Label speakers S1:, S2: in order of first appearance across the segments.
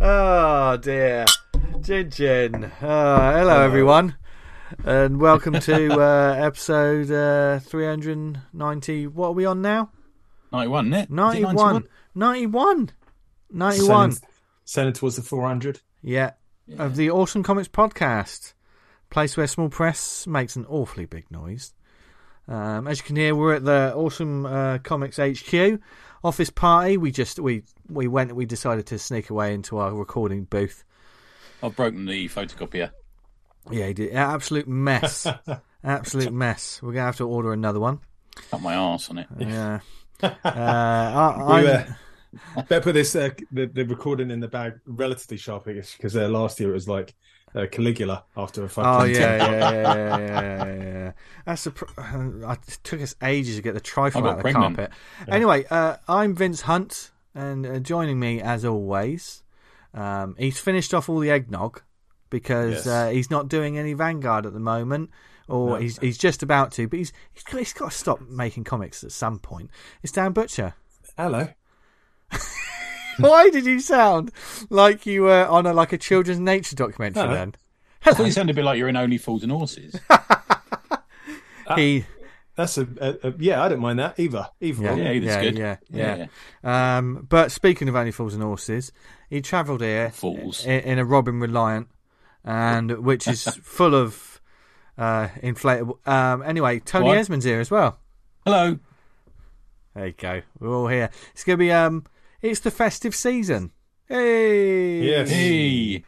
S1: oh dear, Jin Jin. Uh, hello, everyone, and welcome to uh, episode uh, three hundred ninety. What are we on now?
S2: 91, isn't it? Is it
S1: 91. 91. 91.
S3: Sailing, sailing towards the 400.
S1: Yeah. Of the Awesome Comics podcast, place where small press makes an awfully big noise. Um, as you can hear, we're at the Awesome uh, Comics HQ office party. We just we we went. We decided to sneak away into our recording booth.
S2: I've broken the photocopier.
S1: Yeah, he did. absolute mess. absolute mess. We're gonna have to order another one.
S2: Cut my arse on it.
S1: Yeah. Uh, I,
S3: We
S1: I'm-
S3: were, better put this uh, the, the recording in the bag relatively sharply because uh, last year it was like uh, Caligula after a fucking.
S1: Oh yeah, yeah, yeah, yeah, yeah, yeah, yeah. That's the. Pr- I it took us ages to get the trifle
S2: I got
S1: out of the
S2: pregnant.
S1: carpet. Anyway, uh, I'm Vince Hunt, and uh, joining me as always, um, he's finished off all the eggnog because
S3: Yes.
S1: uh, he's not doing any Vanguard at the moment, or he's he's just about to. But he's he's got, he's got to stop making comics at some point. It's Dan Butcher.
S3: Hello.
S1: Why did you sound like you were on a like a children's nature documentary?
S3: No.
S1: Then
S2: I thought you sounded a bit like you're in Only Fools and Horses.
S1: he.
S3: That's a, a, a yeah. I don't mind that either. Either
S1: Yeah,
S3: one.
S2: Yeah,
S1: yeah,
S2: he was
S1: yeah,
S2: good.
S1: yeah,
S2: Yeah.
S1: Um, but speaking of only fools and horses, he travelled here
S2: Fools.
S1: i- in, a Robin Reliant, and which is full of uh, inflatable. Um, anyway, Tony
S2: What?
S1: Esmond's here as well.
S2: Hello.
S1: There you go. We're all here. It's gonna be um, it's the festive season. Hey,
S3: Yes.
S2: Hey.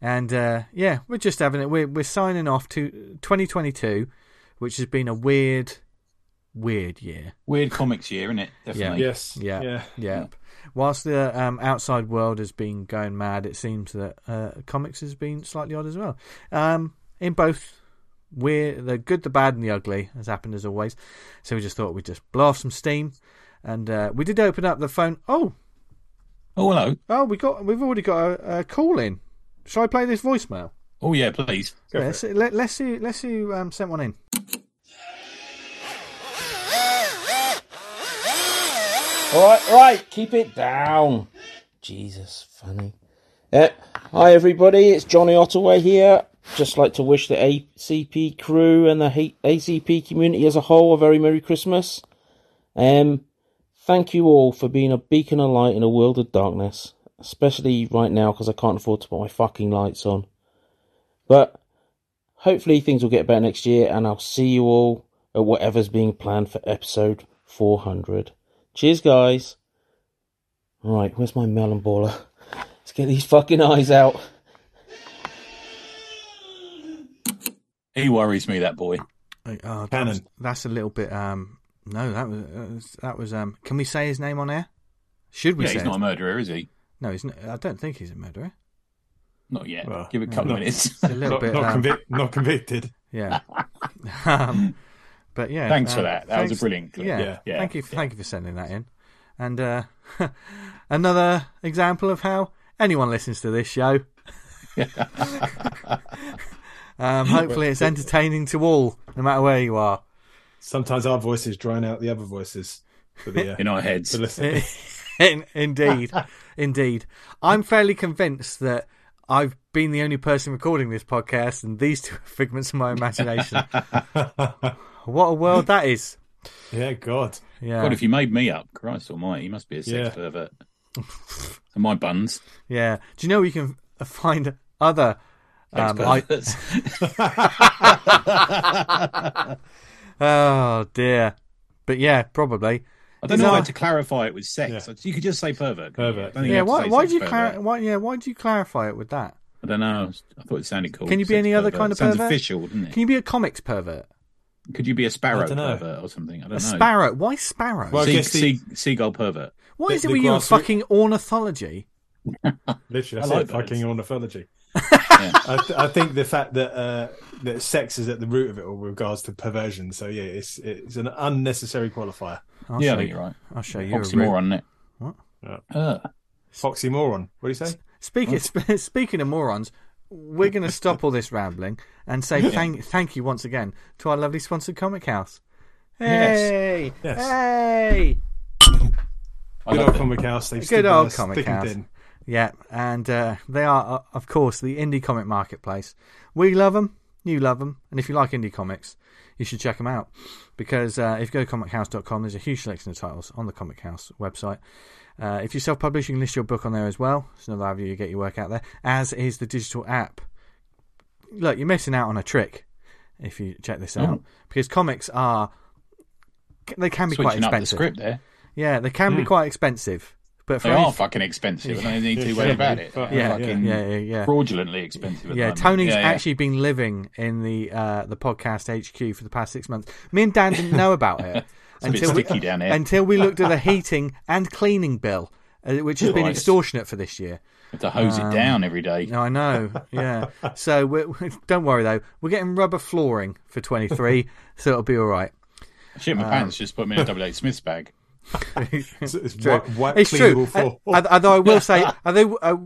S1: and uh, yeah, we're just having it. We're we're signing off to 2022, which has been a weird, weird year.
S2: Weird comics year, isn't it? Definitely.
S3: Yes.
S1: Yeah,
S3: Yeah.
S1: yeah. Whilst the um, outside world has been going mad, it seems that uh, comics has been slightly odd as well. Um, in both, we're the good, the bad, and the ugly has happened as always. So we just thought we'd just blow off some steam, and uh, we did open up the phone. Oh,
S2: Oh, hello.
S1: oh, we got we've already got a, a call in. Shall I play this voicemail?
S2: Oh, yeah, please.
S3: Go for
S1: Let's see, let, let's see let's see who um, sent one in.
S4: All right, right, keep it down. Jesus, funny. Uh, hi, everybody. It's Johnny Ottaway here. Just like to wish the ACP crew and the H- ACP community as a whole a very Merry Christmas. Um, thank you all for being a beacon of light in a world of darkness, especially right now because I can't afford to put my fucking lights on. But hopefully things will get better next year, and I'll see you all at whatever's being planned for episode 400. Cheers, guys. All right, where's my melon baller? Let's get these fucking eyes out.
S2: He worries me, that boy.
S1: Oh, that
S3: Cannon.
S1: was- that's a little bit. Um, no, that was that was- that was. Um, can we say his name on air? Should we
S2: Yeah,
S1: say?
S2: he's
S1: it?
S2: not a murderer, is he?
S1: No, he's not, I don't think he's a murderer.
S2: Not yet.
S3: Well,
S2: Give it a couple
S3: no.
S2: of minutes.
S1: A little
S3: Not,
S1: bit.
S3: not,
S1: um,
S3: convic- not convicted.
S1: yeah. um, but yeah.
S2: Thanks
S1: um,
S2: for that. That was a
S1: thanks-
S2: brilliant clip.
S1: Yeah.
S3: Yeah.
S2: Yeah.
S1: Thank you. Thank you for sending that in. And uh, another example of how anyone listens to this show. um, hopefully, it's entertaining to all, no matter where you are.
S3: Sometimes our voices drown out the other voices. For the, uh,
S2: in our heads.
S3: for listening.
S1: In, indeed, indeed. I'm fairly convinced that I've been the only person recording this podcast, and these two are figments of my imagination. what a world that is!
S3: yeah. God.
S1: Yeah,
S2: God, if you made me up, Christ almighty, you must be a sex
S3: Yeah.
S2: pervert. and my buns.
S1: yeah. Do you know you can find other?
S2: Sex
S1: Um, I-
S2: perverts.
S1: Oh dear, but yeah, probably.
S2: I don't know
S1: Is
S2: why
S1: I-
S2: to clarify it with sex. You could just say pervert. couldn't you?
S3: Pervert,
S2: Don't
S3: yeah.
S2: you
S1: Yeah,
S2: have to
S1: why?
S2: say
S1: Why
S2: sex
S1: do you
S2: pervert?
S1: clar- why, Yeah, why do you clarify it with that?
S2: I don't know. I thought it sounded cool.
S1: Can you be
S2: Sex
S1: any other
S2: pervert.
S1: kind of
S2: Sounds
S1: pervert?
S2: official, doesn't it?
S1: Can you be a comics pervert?
S2: Could you be a sparrow
S3: I dunno.
S2: pervert or something? I don't
S1: A
S2: know.
S1: sparrow? Why sparrow?
S3: Well, I
S2: Sea,
S3: guess the-
S2: sea, seagull pervert.
S1: Why
S3: the-
S1: is it
S3: the
S1: with your
S3: grass-
S1: fucking ornithology?
S3: Literally,
S2: I
S3: that's
S2: like
S3: it.
S2: birds.
S3: Fucking ornithology. I, th- I think the fact that uh, that sex is at the root of it all with regards to perversion. So yeah, it's it's an unnecessary qualifier.
S1: I'll
S2: yeah, I
S1: show
S2: think
S1: you.
S2: you're right.
S1: I'll show you. a real-
S2: Oxymoron, isn't it?
S1: What?
S3: Yeah.
S2: Uh,
S3: Oxymoron. What do you say?
S1: Speaking sp- speaking of morons, we're going to stop all this rambling and say thank thank you once again to our lovely sponsored comic house.
S2: Yes.
S1: Hey,
S3: Yes.
S1: hey,
S2: I
S3: Good
S2: love
S3: old
S2: it.
S3: comic house. They've
S1: good
S3: stood by
S1: old
S3: us
S1: comic
S3: thick and
S1: house.
S3: thin.
S1: Yeah, and uh, they are, uh, of course, the indie comic marketplace. We love them, you love them, and if you like indie comics, you shoshould check them out because uh, if you go to comichouse.com, there's a huge selection of titles on the Comic House website. Uh, if you self publish, you can list your book on there as well. It's another avenue you get your work out there, as is the digital app. Look, you're missing out on a trick if you check this out
S2: Mm.
S1: because comics are they can be quite
S2: Switching up the
S1: expensive.
S2: script there.
S1: Yeah, they can be quite expensive, but for
S2: They
S1: any-
S2: are fucking expensive. and I need two ways about it. They're
S1: yeah,
S2: fucking
S1: yeah, yeah, yeah.
S2: fraudulently expensive. At
S1: Yeah,
S2: the moment.
S1: Tony's
S2: Yeah, yeah.
S1: actually been living in the uh, the podcast HQ for the past six months. Me and Dan didn't know about it
S2: It's a bit
S1: we,
S2: sticky down here.
S1: until we looked at the heating and cleaning bill, uh, which has been
S2: Christ.
S1: extortionate for this year.
S2: Have to hose
S1: Um,
S2: it down every day.
S1: No, I know. Yeah. So we're, don't worry though, we're getting rubber flooring for twenty three, so it'll be all right.
S2: Shit,
S1: Uh,
S2: my pants just put me in a W.H. Smith's bag.
S3: It's, it's
S1: True.
S3: white, white
S1: it's
S3: clean
S1: true.
S3: will fall.
S1: Uh, although I will say, although, uh,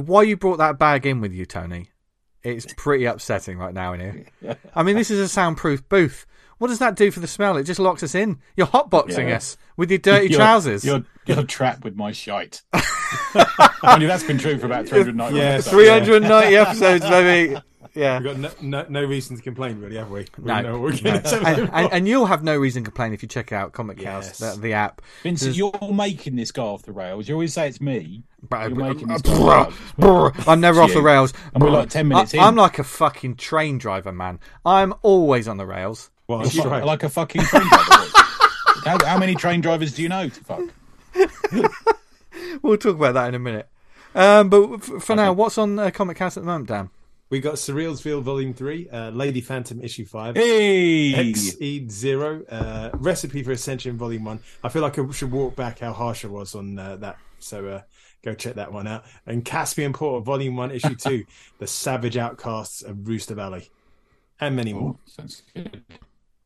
S1: why you brought that bag in with you, Tony, it's pretty upsetting right now in here. I mean, this is a soundproof booth. What does that do for the smell? It just locks us in. You're hotboxing
S2: Yeah.
S1: us with your dirty
S2: You're-
S1: trousers.
S2: You're, you're trapped with my shite. Only that's been true for about 390
S3: Yeah,
S2: episodes.
S1: 390 episodes, maybe. Yeah.
S3: We've got no, no, no reason to complain, really, have we? We
S1: No,
S3: know what we're
S1: no.
S3: gonna do.
S1: and, and, and you'll have no reason to complain if you check out Comic
S3: Yes.
S1: House, the, the app.
S2: Vincent, you're making this go off the rails. You always say it's me.
S1: But-
S2: You're making this go off
S1: Brr,
S2: the rails.
S1: brr, um, I'm never off the
S2: you.
S1: rails.
S2: And we're
S1: Brr.
S2: like 10 minutes
S1: I,
S2: in.
S1: I'm like a fucking train driver, man. I'm always on the rails.
S3: Well,
S2: It's
S3: that's
S2: like,
S3: right.
S2: like a fucking train driver. how, how many train drivers do you know? To fuck.
S1: We'll talk about that in a minute. Um, but f- for now, what's on uh, Comic House at the moment, Dan?
S3: We got Surrealsville Volume 3, uh, Lady Phantom Issue 5.
S2: Hey,
S3: X E zero uh, recipe for ascension volume one. I feel like I should walk back how harsh I was on uh, that, so uh, go check that one out. And Caspian Porter volume one issue two, the savage outcasts of Rooster Valley, and many more.
S2: Oh, sounds good.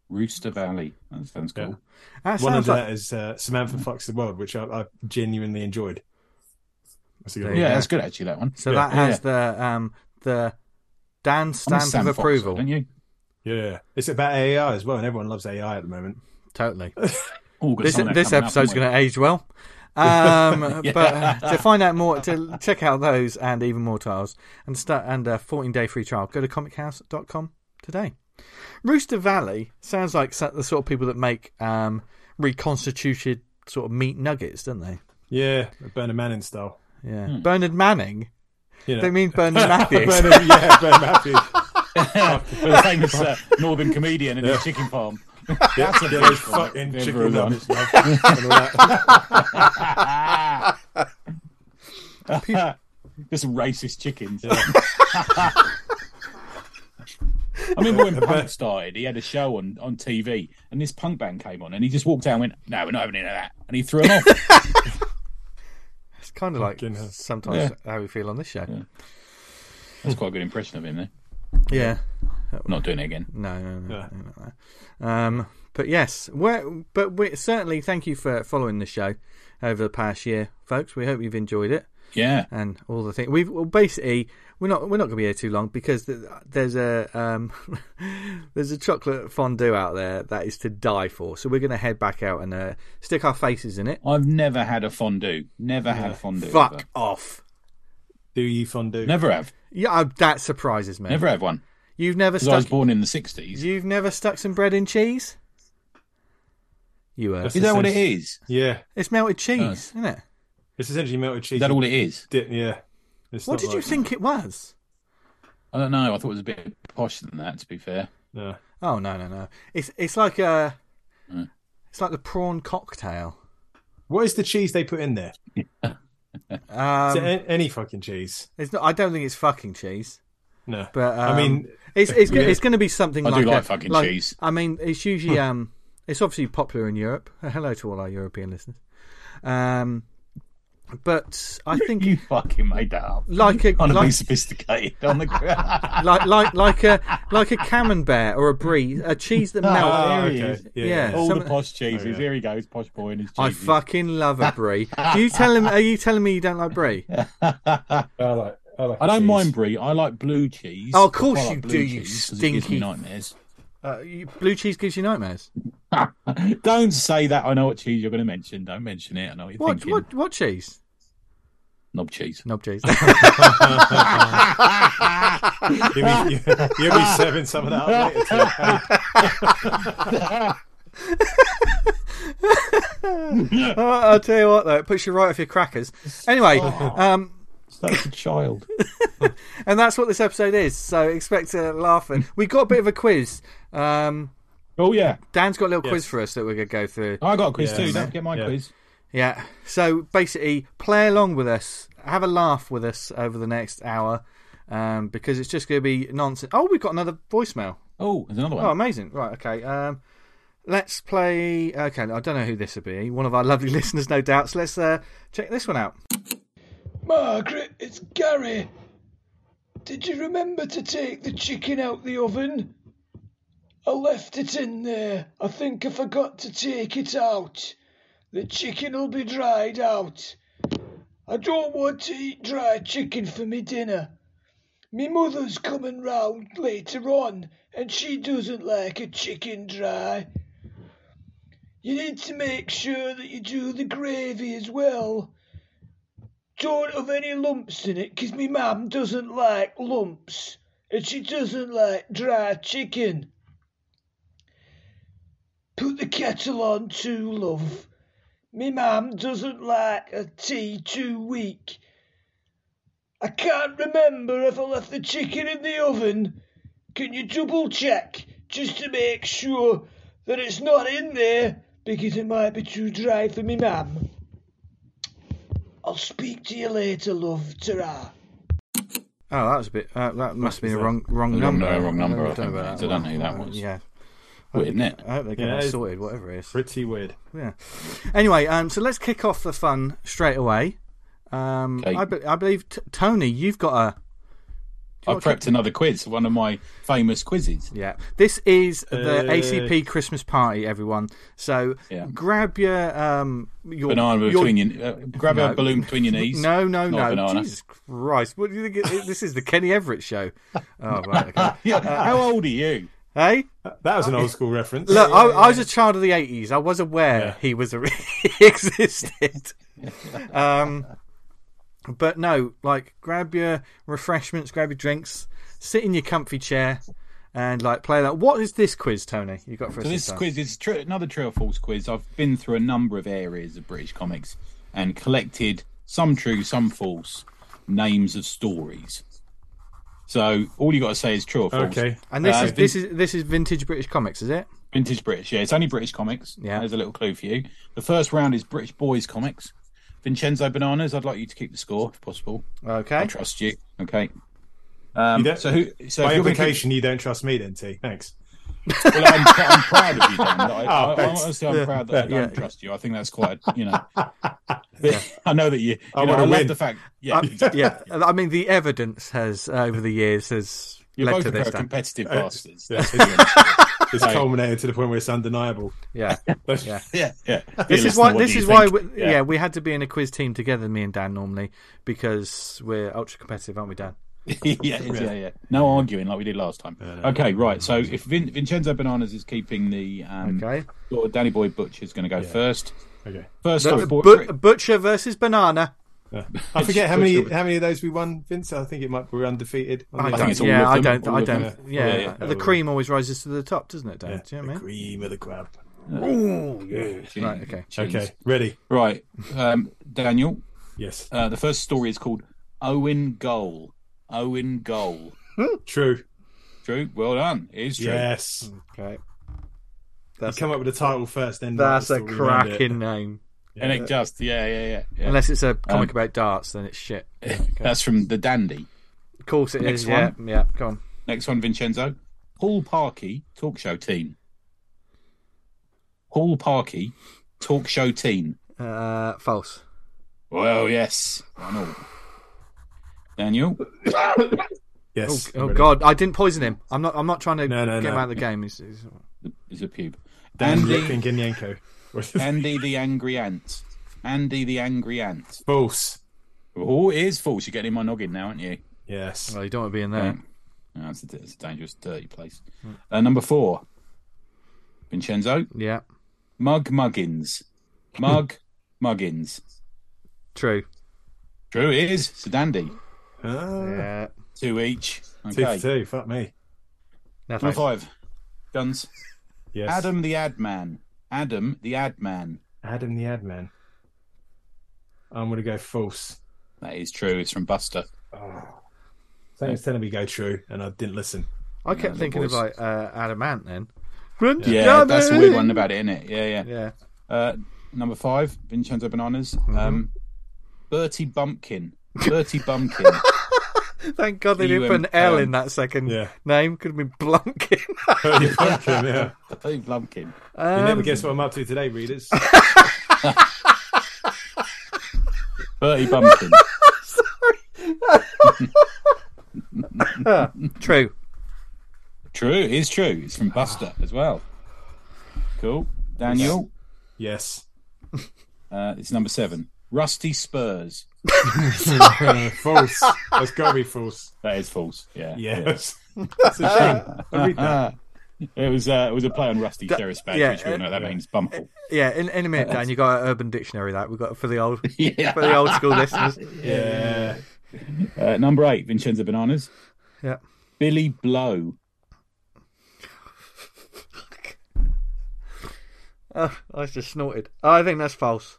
S2: Rooster Valley. That sounds cool.
S1: That
S3: One
S1: sounds
S3: under
S1: like
S3: that is uh, Samantha Fox the World, which I, I genuinely enjoyed. That's a good
S1: There
S3: one.
S1: you
S2: Yeah,
S1: Yeah.
S2: that's good actually. That one.
S1: so
S3: yeah,
S1: that has the um the Dan
S2: I'm a
S1: stamp
S2: Sam
S1: of
S2: Fox,
S1: approval.
S2: don't you?
S3: Yeah, it's about AI as well, and everyone loves AI at the moment.
S1: totally.
S2: All Oh, got
S1: This
S2: some of that
S1: this
S2: coming up,
S1: episode's
S2: haven't we?
S1: going to age well. Um, But uh, to find out more, to check out those and even more titles and start and a 14 day free trial, go to comichouse.com today. Rooster Valley sounds like so- the sort of people that make um, reconstituted sort of meat nuggets, don't they?
S3: Yeah, Bernard Manning style.
S1: Yeah.
S2: Hmm.
S1: Bernard Manning.
S3: You know.
S1: They mean Bernard Matthews.
S3: Bernard, yeah, Bernard Matthews.
S2: For the famous uh, northern comedian and his chicken farm.
S3: Yeah, that's yeah, those fucking
S2: Never
S3: chicken
S2: run.
S3: nuggets. man. And all that.
S2: Just racist chickens. I remember when Punk started, he had a show on, on TV, and this punk band came on, and he just walked out and went, No, we're not having any of that. And he threw him off.
S1: It's kind of like
S3: Fucking hell.
S1: sometimes how we feel on this show. Yeah.
S2: That's quite a good impression of him there. Not doing it again.
S1: No, no, no.
S3: Yeah.
S1: no, no. Um, but yes, we're, but we certainly thank you for following the show over the past year, folks. We hope you've enjoyed it
S2: Yeah.
S1: and all the things. We've well, basically we're not we're not going to be here too long because th- there's a um, there's a chocolate fondue out there that is to die for. So we're going to head back out and uh, stick our faces in it.
S2: I've never had a fondue. Never had a fondue.
S1: Fuck
S2: ever.
S1: off.
S3: Do you fondue?
S2: Never have.
S1: Yeah, uh, that surprises me.
S2: Never have one.
S1: You've never
S2: Because I
S1: stuck.
S2: was born in the 60s. You
S1: You've never stuck some bread and cheese. You were.
S3: That's-
S2: know what it is?
S3: Yeah,
S1: It's melted cheese, isn't it?
S3: it's essentially melted cheese.
S2: Is that all it is?
S3: Di- yeah. It's
S1: What
S3: not
S1: did you
S3: like-
S1: think it was?
S2: I don't know. I thought it was a bit posh than that, to be fair.
S3: No.
S1: Oh no no no! It's it's like a
S2: Mm.
S1: it's like the prawn cocktail.
S3: What is the cheese they put in there? Is
S1: Um,
S3: it a- any fucking cheese?
S1: it's not. I don't think it's fucking cheese,
S3: No.
S1: but um,
S3: I mean,
S1: it's it's go-
S2: Yeah.
S1: it's going to be something.
S2: I do
S1: like
S2: like
S1: a-
S2: fucking cheese.
S1: I mean, it's usually um, it's obviously popular in Europe. Uh, Hello to all our European listeners. Um, but I think
S2: You fucking made that up.
S1: like a
S2: Trying to be
S1: like,
S2: sophisticated on the
S1: like like like a like a camembert or a brie, a cheese that melts.
S2: Ah,
S3: oh,
S2: there he
S3: okay.
S2: is.
S3: Yeah.
S1: Yeah.
S3: yeah.
S2: all
S1: some-
S2: the posh cheeses.
S3: Oh, yeah.
S2: Here he goes, posh boy and his
S1: I
S2: cheeses.
S1: fucking love a brie. Do you tell him? Are you telling me you don't like brie?
S3: I like. I, like
S2: I don't
S3: cheese.
S2: mind brie. I like blue cheese.
S1: Oh, of course
S2: I quite
S1: you
S2: blue
S1: do, you
S2: cheese 'cause it gives
S1: stinky-
S2: me nightmares.
S1: Uh, you, blue cheese gives you nightmares.
S2: Don't say that. I know what cheese you're going to mention. Don't mention it. I know what you're
S1: What
S2: thinking.
S1: what what cheese?
S2: Knob cheese.
S1: Knob cheese.
S3: You'll be, you'll be serving some of that up later. Tim.
S1: Oh, I'll tell you what, though, it puts you right off your crackers. Anyway, um,
S2: That's a child.
S1: and that's what this episode is. So expect to laugh. And we got a bit of a quiz. Um,
S2: Oh yeah,
S1: Dan's got a little quiz
S3: Yes.
S1: for us that we're gonna go through.
S2: I got a quiz
S3: Yeah,
S2: too.
S3: man.
S2: Don't forget my
S3: Yeah.
S2: quiz.
S1: Yeah. So basically, play along with us, have a laugh with us over the next hour, um, because it's just gonna be nonsense. Oh, we've got another voicemail.
S2: Oh, there's another one.
S1: Oh, amazing. Right. Okay. Um, let's play. Okay, I don't know who this will be. One of our lovely listeners, no doubt. So let's uh, check this one out.
S5: Margaret, it's Gary. Did you remember to take the chicken out the oven? I left it in there. I think I forgot to take it out. The chicken will be dried out. I don't want to eat dried chicken for me dinner. Me mother's coming round later on, and she doesn't like a chicken dry. You need to make sure that you do the gravy as well don't have any lumps in it because me mum doesn't like lumps and she doesn't like dry chicken. Put the kettle on too, love. Me mum doesn't like a tea too weak. I can't remember if I left the chicken in the oven. Can you double check just to make sure that it's not in there because it might be too dry for me mum? I'll speak to you later, love. ta
S1: Oh, that was a bit. Uh, that must have been a wrong wrong
S2: Wrong
S1: number.
S2: number, wrong number,
S1: I
S2: I
S1: don't
S2: think
S1: know
S2: it
S1: about
S2: is.
S1: that.
S2: I don't know
S1: one.
S2: who that
S1: Uh,
S2: was.
S1: Yeah.
S2: Weird, isn't it?
S1: I hope they get
S3: Yeah,
S1: that
S3: it's-
S1: sorted, whatever it is.
S3: Pretty weird.
S1: Yeah. Anyway, um, so let's kick off the fun straight away. Um,
S2: Okay.
S1: I, be- I believe t- Tony, you've got a
S2: I
S1: want to-
S2: prepped another quiz, one of my famous quizzes.
S1: yeah. This is the
S3: Uh,
S1: ACP Christmas party, everyone. So
S2: Yeah.
S1: grab your um your
S2: Banana
S1: your-
S2: between your uh, grab
S1: No.
S2: a balloon between your knees.
S1: No, no,
S2: Not a
S1: no!
S2: banana.
S1: Jesus Christ! What do you think? it- This is the Kenny Everett show. Oh right, okay.
S2: Yeah. How old are you?
S1: hey,
S3: That was an old school reference.
S1: Look, I, I was a child of the eighties. I was aware he was a, he existed. um, but no, like grab your refreshments, grab your drinks, sit in your comfy chair, and like play that. What is this quiz, Tony? You got for
S2: So
S1: us
S2: this
S1: time?
S2: quiz is true, another true or false quiz. I've been through a number of areas of British comics and collected some true, some false names of stories. So all you got to say is true or false.
S3: Okay.
S1: And this
S2: Uh,
S1: is this is this is vintage British comics, is it?
S2: Vintage British, yeah. It's only British comics.
S1: Yeah.
S2: There's a little clue for you. The first round is British boys comics. Vincenzo Bananas, I'd like you to keep the score if possible. I
S1: Okay.
S2: trust you. Okay. Um,
S3: You don't-
S2: so who? So if
S3: By
S2: you're gonna keep-
S3: implication, you don't trust me then, T. Thanks.
S2: Well, I'm, I'm proud of you, Dan. I, I, I,
S3: Oh, thanks.
S2: honestly, I'm proud that I don't trust you. I think that's quite, you know. I know that you. you know, I,
S3: wanna
S2: love
S3: win.
S2: the fact. Yeah,
S1: Uh,
S2: exactly.
S1: yeah, I mean the evidence has uh, over the years has
S2: You're
S1: led
S2: both
S1: to
S2: a pair
S1: this. Uh,
S2: of
S1: Dan.
S2: competitive bastards.
S3: Yeah. It's
S2: Right.
S3: culminated to the point where it's undeniable.
S1: Yeah, yeah.
S2: Yeah, yeah.
S1: This
S2: Dear
S1: is why.
S2: listener, what
S1: This
S2: do you
S1: is why.
S2: think?
S1: We, yeah. we had to be in a quiz team together, me and Dan, normally because we're ultra competitive, aren't we, Dan?
S2: yeah, it is, yeah, yeah. No arguing like we did last time. Okay, right. So if Vin- Vincenzo Bananas is keeping the um,
S1: Okay.
S2: sort of Danny Boy Butcher is going to go first.
S3: Okay.
S2: First
S1: The-
S2: story,
S1: the
S2: boy-
S1: but- butcher versus banana.
S3: Yeah. I forget how many how many of those we won, Vince. I think it might be undefeated.
S1: I,
S2: think
S1: don't,
S2: it's all
S1: yeah,
S2: of
S1: I
S2: them,
S1: don't.
S2: all
S1: I
S2: of them.
S1: don't. Yeah,
S2: Yeah, yeah,
S1: the cream always rises to the top, doesn't it, Dan?
S3: Yeah.
S1: Do you know what
S3: the
S1: I mean?
S3: cream of the crop.
S2: Jeez,
S1: Right, okay.
S2: jeez.
S3: Okay, ready?
S2: Right, um, Daniel.
S3: Yes.
S2: Uh, the first story is called Owen Goal. Owen Goal.
S3: True.
S2: True. Well done. It is true.
S3: Yes.
S1: Okay,
S3: You
S1: Mm, that's
S3: come up with a title first, then
S1: that's a
S3: write the story around it.
S1: cracking name.
S2: And it just, yeah, yeah, yeah. yeah.
S1: Unless it's a comic
S2: Um,
S1: about darts, then it's shit.
S2: That's from The Dandy.
S1: Of course it
S2: Next
S1: is. Yeah, yeah. Go on.
S2: Next one, Vincenzo. Paul Parkey, talk show team. Paul Parkey, talk show team.
S1: Uh, false.
S2: Well, yes. One all. Daniel.
S3: Yes.
S1: Oh
S3: ready.
S1: God, I didn't poison him. I'm not. I'm not trying to
S3: No, no,
S1: get
S3: no.
S1: him out of the game. He's, he's...
S2: is a pube.
S3: And
S2: Andy,
S3: Yanko.
S2: Andy the Angry Ant. Andy the Angry Ant.
S3: False.
S2: Oh, it is false. You're getting in my noggin now, aren't you?
S3: Yes.
S1: Well, you don't want to be in there.
S2: No, it's, a, it's a dangerous, dirty place.
S3: Hmm.
S2: Uh, number four, Vincenzo,
S1: Yeah,
S2: Mug Muggins. Mug Muggins.
S1: true.
S2: True, it is. It's a dandy.
S3: Ah,
S1: Yeah.
S2: Two each.
S3: Two
S2: Okay.
S3: for two. Fuck me.
S1: No,
S2: Number
S1: thanks.
S2: five. Guns.
S3: Yes.
S2: Adam the Ad Man. Adam the Ad Man.
S3: Adam the ad man. I'm gonna go false.
S2: That is true. It's from Buster.
S3: Oh. Something was telling me go true, and I didn't listen.
S1: I kept
S2: the
S1: thinking
S2: voice.
S1: about uh, Adamant then.
S2: Yeah, that's the weird one about it, isn't it? Yeah, yeah.
S1: Yeah.
S2: Uh, number five, Vincenzo Bananas.
S3: Mm-hmm.
S2: Um, Bertie Bumpkin. Bertie Bumpkin.
S1: Thank God they
S2: You
S1: didn't put an
S2: and-
S1: L in
S2: um,
S1: that second
S3: yeah.
S1: name. Could have been Blunkin.
S3: Bertie Bumpkin, yeah.
S2: Bertie Bumpkin.
S3: You never guess what I'm up to today, readers.
S2: Bertie Bumpkin.
S1: True.
S2: true, it is true. It's from Buster as well. Cool. Daniel,
S3: yes.
S2: uh, it's number seven. Rusty Spurs.
S3: Uh, false. That's gotta be false.
S2: That is false. Yeah.
S3: Yes. That's a shame. I read that.
S2: Ah, it was uh, it was a play on Rusty Terrace badge,
S1: yeah,
S2: which we all know that means bumble.
S1: Yeah, in, in a minute, Dan, you got an Urban Dictionary that we got for the old for the
S2: yeah.
S1: old school listeners.
S3: Yeah.
S2: Uh, number eight, Vincenzo Bananas.
S1: Yeah.
S2: Billy Blow.
S1: Oh, I just snorted. I think that's false.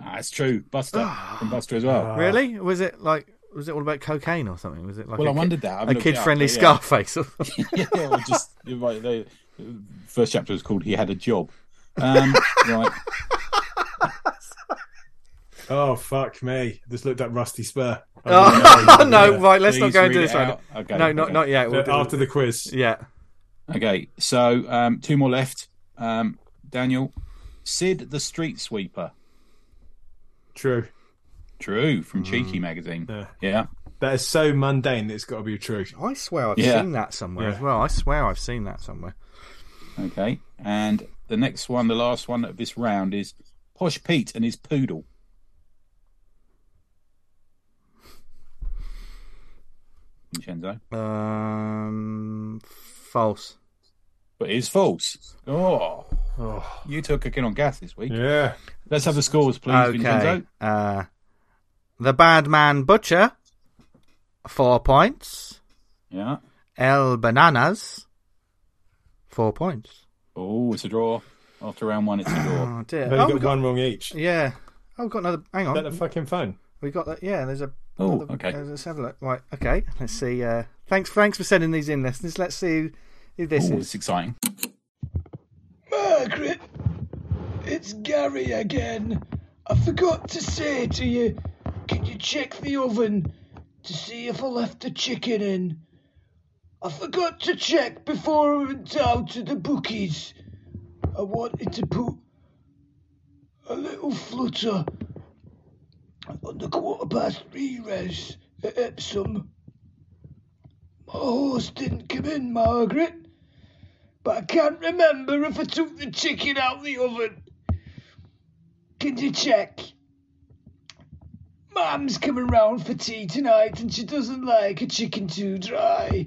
S2: Ah, that's true. Buster
S1: Ah.
S2: from Buster as well.
S1: Really? Was it like? Was it all about cocaine or something? Was it like
S2: well,
S1: a
S2: I
S1: ki-
S2: wondered that. I've
S1: a
S2: looked it up,
S1: kid-friendly
S2: but yeah.
S1: Scarface? Or something?
S2: yeah, well, just you're right. They, first chapter was called "He Had a Job." Um, right,
S3: Oh fuck me. Just looked up Rusty Spur.
S1: Oh, no, right. Let's not
S2: Please
S1: go
S2: read
S1: into
S2: it
S1: this right.
S2: out. Okay,
S1: no, not
S2: okay.
S1: not yet. We'll do-
S3: After the quiz.
S1: yeah.
S2: okay. So um, two more left. Um, Daniel, Sid the Street Sweeper.
S3: True.
S2: True from Cheeky magazine.
S3: Mm. Yeah.
S2: Yeah,
S3: That is so mundane that it's gotta be true.
S1: I swear I've
S2: Yeah.
S1: seen that somewhere
S3: Yeah.
S1: as well. I swear I've seen that somewhere.
S2: okay. And the next one, the last one of this round is Posh Pete and his poodle. Vincenzo,
S1: Um, false.
S2: but it is false. Oh,
S3: Oh.
S2: you took a kid on gas this week.
S3: Yeah.
S2: Let's have the scores, please,
S1: Okay.
S2: Vincenzo.
S1: Uh, the Bad Man Butcher, four points.
S2: Yeah.
S1: El Bananas, four points.
S2: Oh, it's a draw. After round one, it's a draw.
S1: Oh dear.
S3: I've only
S1: Oh, we
S3: got,
S1: got,
S3: one wrong each. Is
S1: yeah. Oh, we've got another. Hang
S3: that the
S1: on.
S3: fucking phone?
S1: We got that. Yeah, there's a.
S2: Oh,
S1: another-
S2: okay.
S1: uh, Let's have a look. Right. Okay. Let's see. Uh, thanks. Thanks for sending these in, listeners. Let's see who- who this
S2: Oh,
S1: is.
S2: it's exciting.
S3: Um,
S5: Margaret, it's Gary again. I forgot to say to you, can you check the oven to see if I left the chicken in? I forgot to check before I went out to the bookies. I wanted to put a little flutter on the quarter past three res at Epsom. My horse didn't come in, Margaret but I can't remember if I took the chicken out the oven. Can you check? Mum's coming round for tea tonight and she doesn't like a chicken too dry.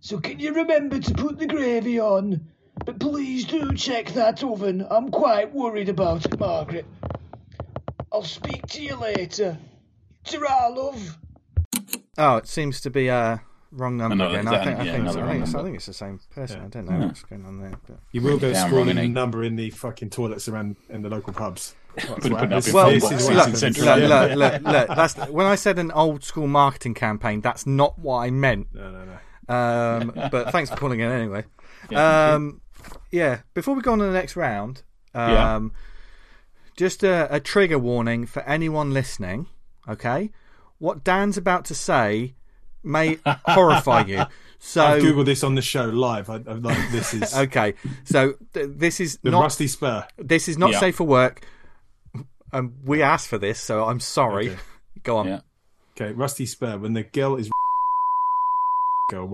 S5: So can you remember to put the gravy on? But please do check that oven. I'm quite worried about it, Margaret. I'll speak to you later. Ta-ra, love.
S1: Oh, it seems to be a wrong number
S2: Another-
S1: again.
S2: yeah,
S1: I think, I,
S2: yeah,
S1: think,
S2: another
S1: I,
S2: wrong
S1: think it's, I
S2: number.
S1: think it's the same person. I don't know what's going on there. But...
S3: You will go
S2: Damn right,
S3: scrawling a
S2: innit?
S3: number in the fucking toilets around in the local pubs.
S2: Could have put it up in
S1: Well,
S2: Facebook,
S3: This is
S1: look,
S3: what
S1: look,
S3: happens.
S2: Central
S1: look,
S2: London.
S1: look, look, look, that's when I said an old school marketing campaign. That's not what I meant.
S3: No, no, no.
S1: Um, but thanks for calling in anyway.
S2: Yeah,
S1: Um, yeah, before we go on to the next round, um,
S2: Yeah.
S1: just a, a trigger warning for anyone listening. Okay, what Dan's about to say may horrify you. So
S3: I've googled this on the show live. I, I'm like, this is
S2: Uh,
S1: okay, so th- this is
S3: the
S1: not
S3: rusty spur.
S1: this is not
S2: Yeah.
S1: safe for work. Um, we asked for this, so I'm sorry.
S3: Okay.
S1: Go on.
S2: Yeah.
S3: Okay, rusty spur. When the girl is girl,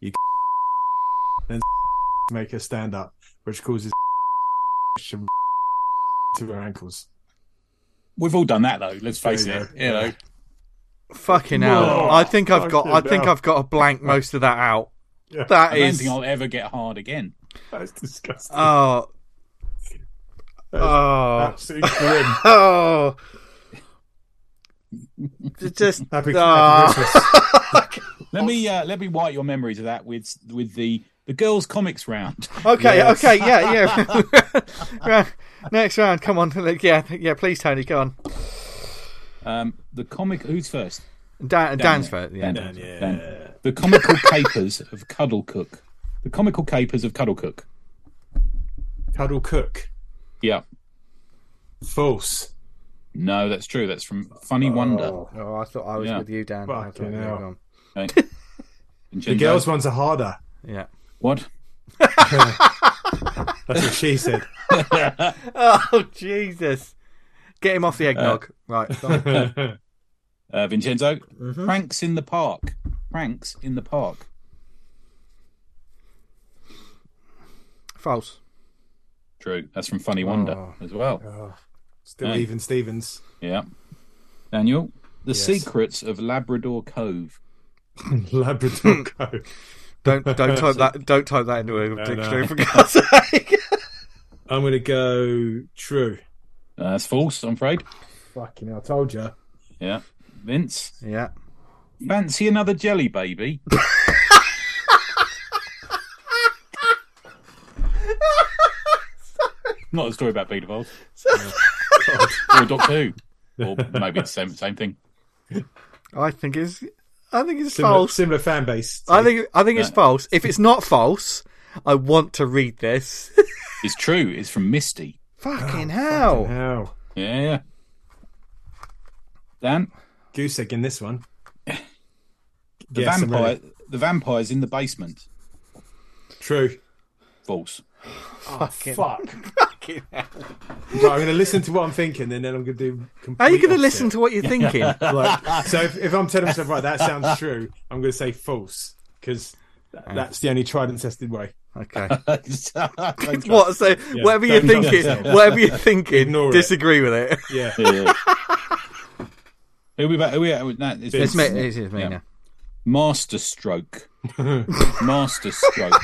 S3: you then make her stand up, which causes to her ankles.
S2: We've all done that though. Let's face
S3: There you
S2: it. You know,
S1: Fucking hell!
S3: Whoa.
S1: I think I've got. I
S3: Fucking
S1: think
S3: hell.
S1: I've got to blank most of that out.
S3: Yeah.
S1: That
S2: I don't
S1: is.
S2: think I'll ever get hard again.
S3: That's disgusting.
S1: Oh.
S3: is
S1: Oh.
S3: Absolutely grim.
S1: Oh. Just
S3: Happy,
S1: Ah.
S3: happy Christmas.
S2: Let me uh, let me white your memories of that with with the the girls comics round.
S1: okay, okay, yeah, yeah. right, next round, come on, yeah, yeah. Please, Tony, go on.
S2: Um, the comic who's first?
S1: Dan, Dan's
S2: Dan.
S1: vote. Yeah,
S2: Dan.
S3: And yeah.
S2: Ben. The comical capers of Cuddle Cook. The comical capers of Cuddle Cook.
S3: Cuddle Cook.
S2: Yeah.
S3: False.
S2: No, that's true. That's from Funny Wonder.
S1: Oh, I thought I was
S2: Yeah.
S1: with you, Dan. I
S3: Fucking
S1: thought you were
S3: hell.
S1: gone.
S2: Okay.
S3: The
S2: Vincenzo,
S3: girls' ones are harder.
S1: Yeah.
S2: What?
S3: That's what she said.
S1: Oh Jesus! Get him off the eggnog. right. go on.
S2: Uh, Vincenzo.
S3: Mm-hmm.
S2: Pranks in the park. Pranks in the park.
S1: False.
S2: True. That's from Funny Wonder
S1: Oh.
S2: as well.
S3: Still
S2: Hey.
S3: even Stevens.
S2: Yeah. Daniel. The
S3: Yes.
S2: secrets of Labrador Cove.
S3: Labrador
S1: Hmm.
S3: Cove.
S1: Don't don't type that. Don't type that into a dictionary for God's sake.
S3: I'm going to go true.
S2: Uh, that's false, I'm afraid.
S3: Fucking hell, I told you.
S2: Yeah. Vince.
S1: yeah.
S2: Fancy another jelly baby. Not a story about pedophiles. or Doctor Who. Or maybe it's the same, same thing.
S1: I think it's. I think it's
S3: Similar,
S1: false.
S3: similar fan base.
S1: I think. I think it's
S2: No.
S1: false. If it's not false, I want to read this.
S2: It's true. It's from Misty.
S1: Ah, fucking hell!
S3: Wow.
S2: Yeah. Dan,
S3: Goose egg in this one.
S2: the
S3: Yes, I'm
S2: vampire,
S3: ready.
S2: the vampire's in the basement.
S3: True.
S2: False.
S1: Fucking-
S3: Fuck. Right, I'm going to listen to what I'm thinking, and then I'm going to do.
S1: How are you
S3: complete
S1: going to listen
S3: opposite.
S1: to what you're thinking?
S3: Like, so if, if I'm telling myself right, that sounds true. I'm going to say false because that's the only tried and tested way.
S1: okay.
S2: Don't
S1: What? So whatever you're
S3: Don't trust
S1: thinking,
S3: yourself.
S1: whatever you're thinking,
S3: Ignore it.
S1: disagree with it.
S3: Yeah.
S2: Yeah. Who we back? Who we at? No, it's
S1: It's
S2: Vince,
S1: me.
S2: isn't it?
S1: It's me
S2: Yeah.
S1: now.
S2: Master stroke. Master stroke.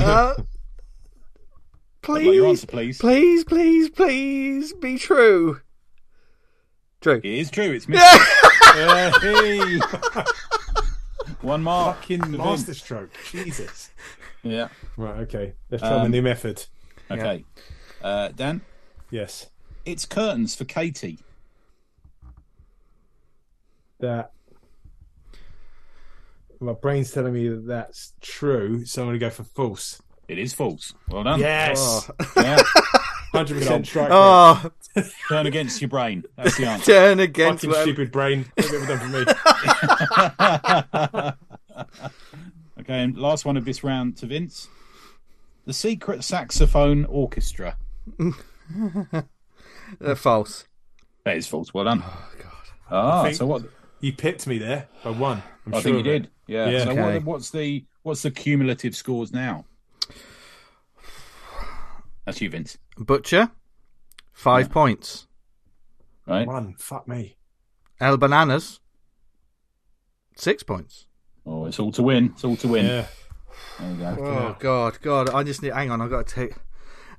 S1: Uh,
S2: I'd like your answer,
S1: please,
S2: please.
S1: please, please, please be true. True.
S2: It is true. It's Misty. Hey. One mark.
S3: Fucking
S2: for Vince.
S3: masterstroke. Jesus.
S2: Yeah.
S3: Right, okay. Let's try the
S2: Um,
S3: new method.
S2: Okay. Uh, Dan,
S3: Yes.
S2: it's curtains for Katie.
S3: That. My brain's telling me that that's true, so I'm going to go for false.
S2: It is false. Well done.
S3: Yes.
S2: Yeah.
S3: 100% strike. rate.
S1: Oh,
S2: Turn against your brain. That's the answer.
S1: turn against
S3: Fucking
S1: whatever.
S3: stupid brain. What have you ever done for me?
S2: Okay, and last one of this round to Vince. The Secret Saxophone Orchestra.
S1: Uh, false.
S2: That is false. Well done.
S1: Oh,
S2: Ah,
S3: think-
S2: so what?
S3: You pipped me there by one. I'm
S2: I
S3: sure
S2: think you
S3: of it.
S2: did. Yeah.
S3: Yeah.
S2: So
S1: Okay.
S2: what, what's the what's the cumulative scores now? That's you, Vince.
S1: Butcher, five points.
S2: Right.
S3: One. Fuck me.
S1: El Bananas, six points.
S2: Oh, it's all to win. It's all to win.
S3: Yeah.
S2: There you go.
S1: Oh God, God! I just need. Hang on, I've got to take.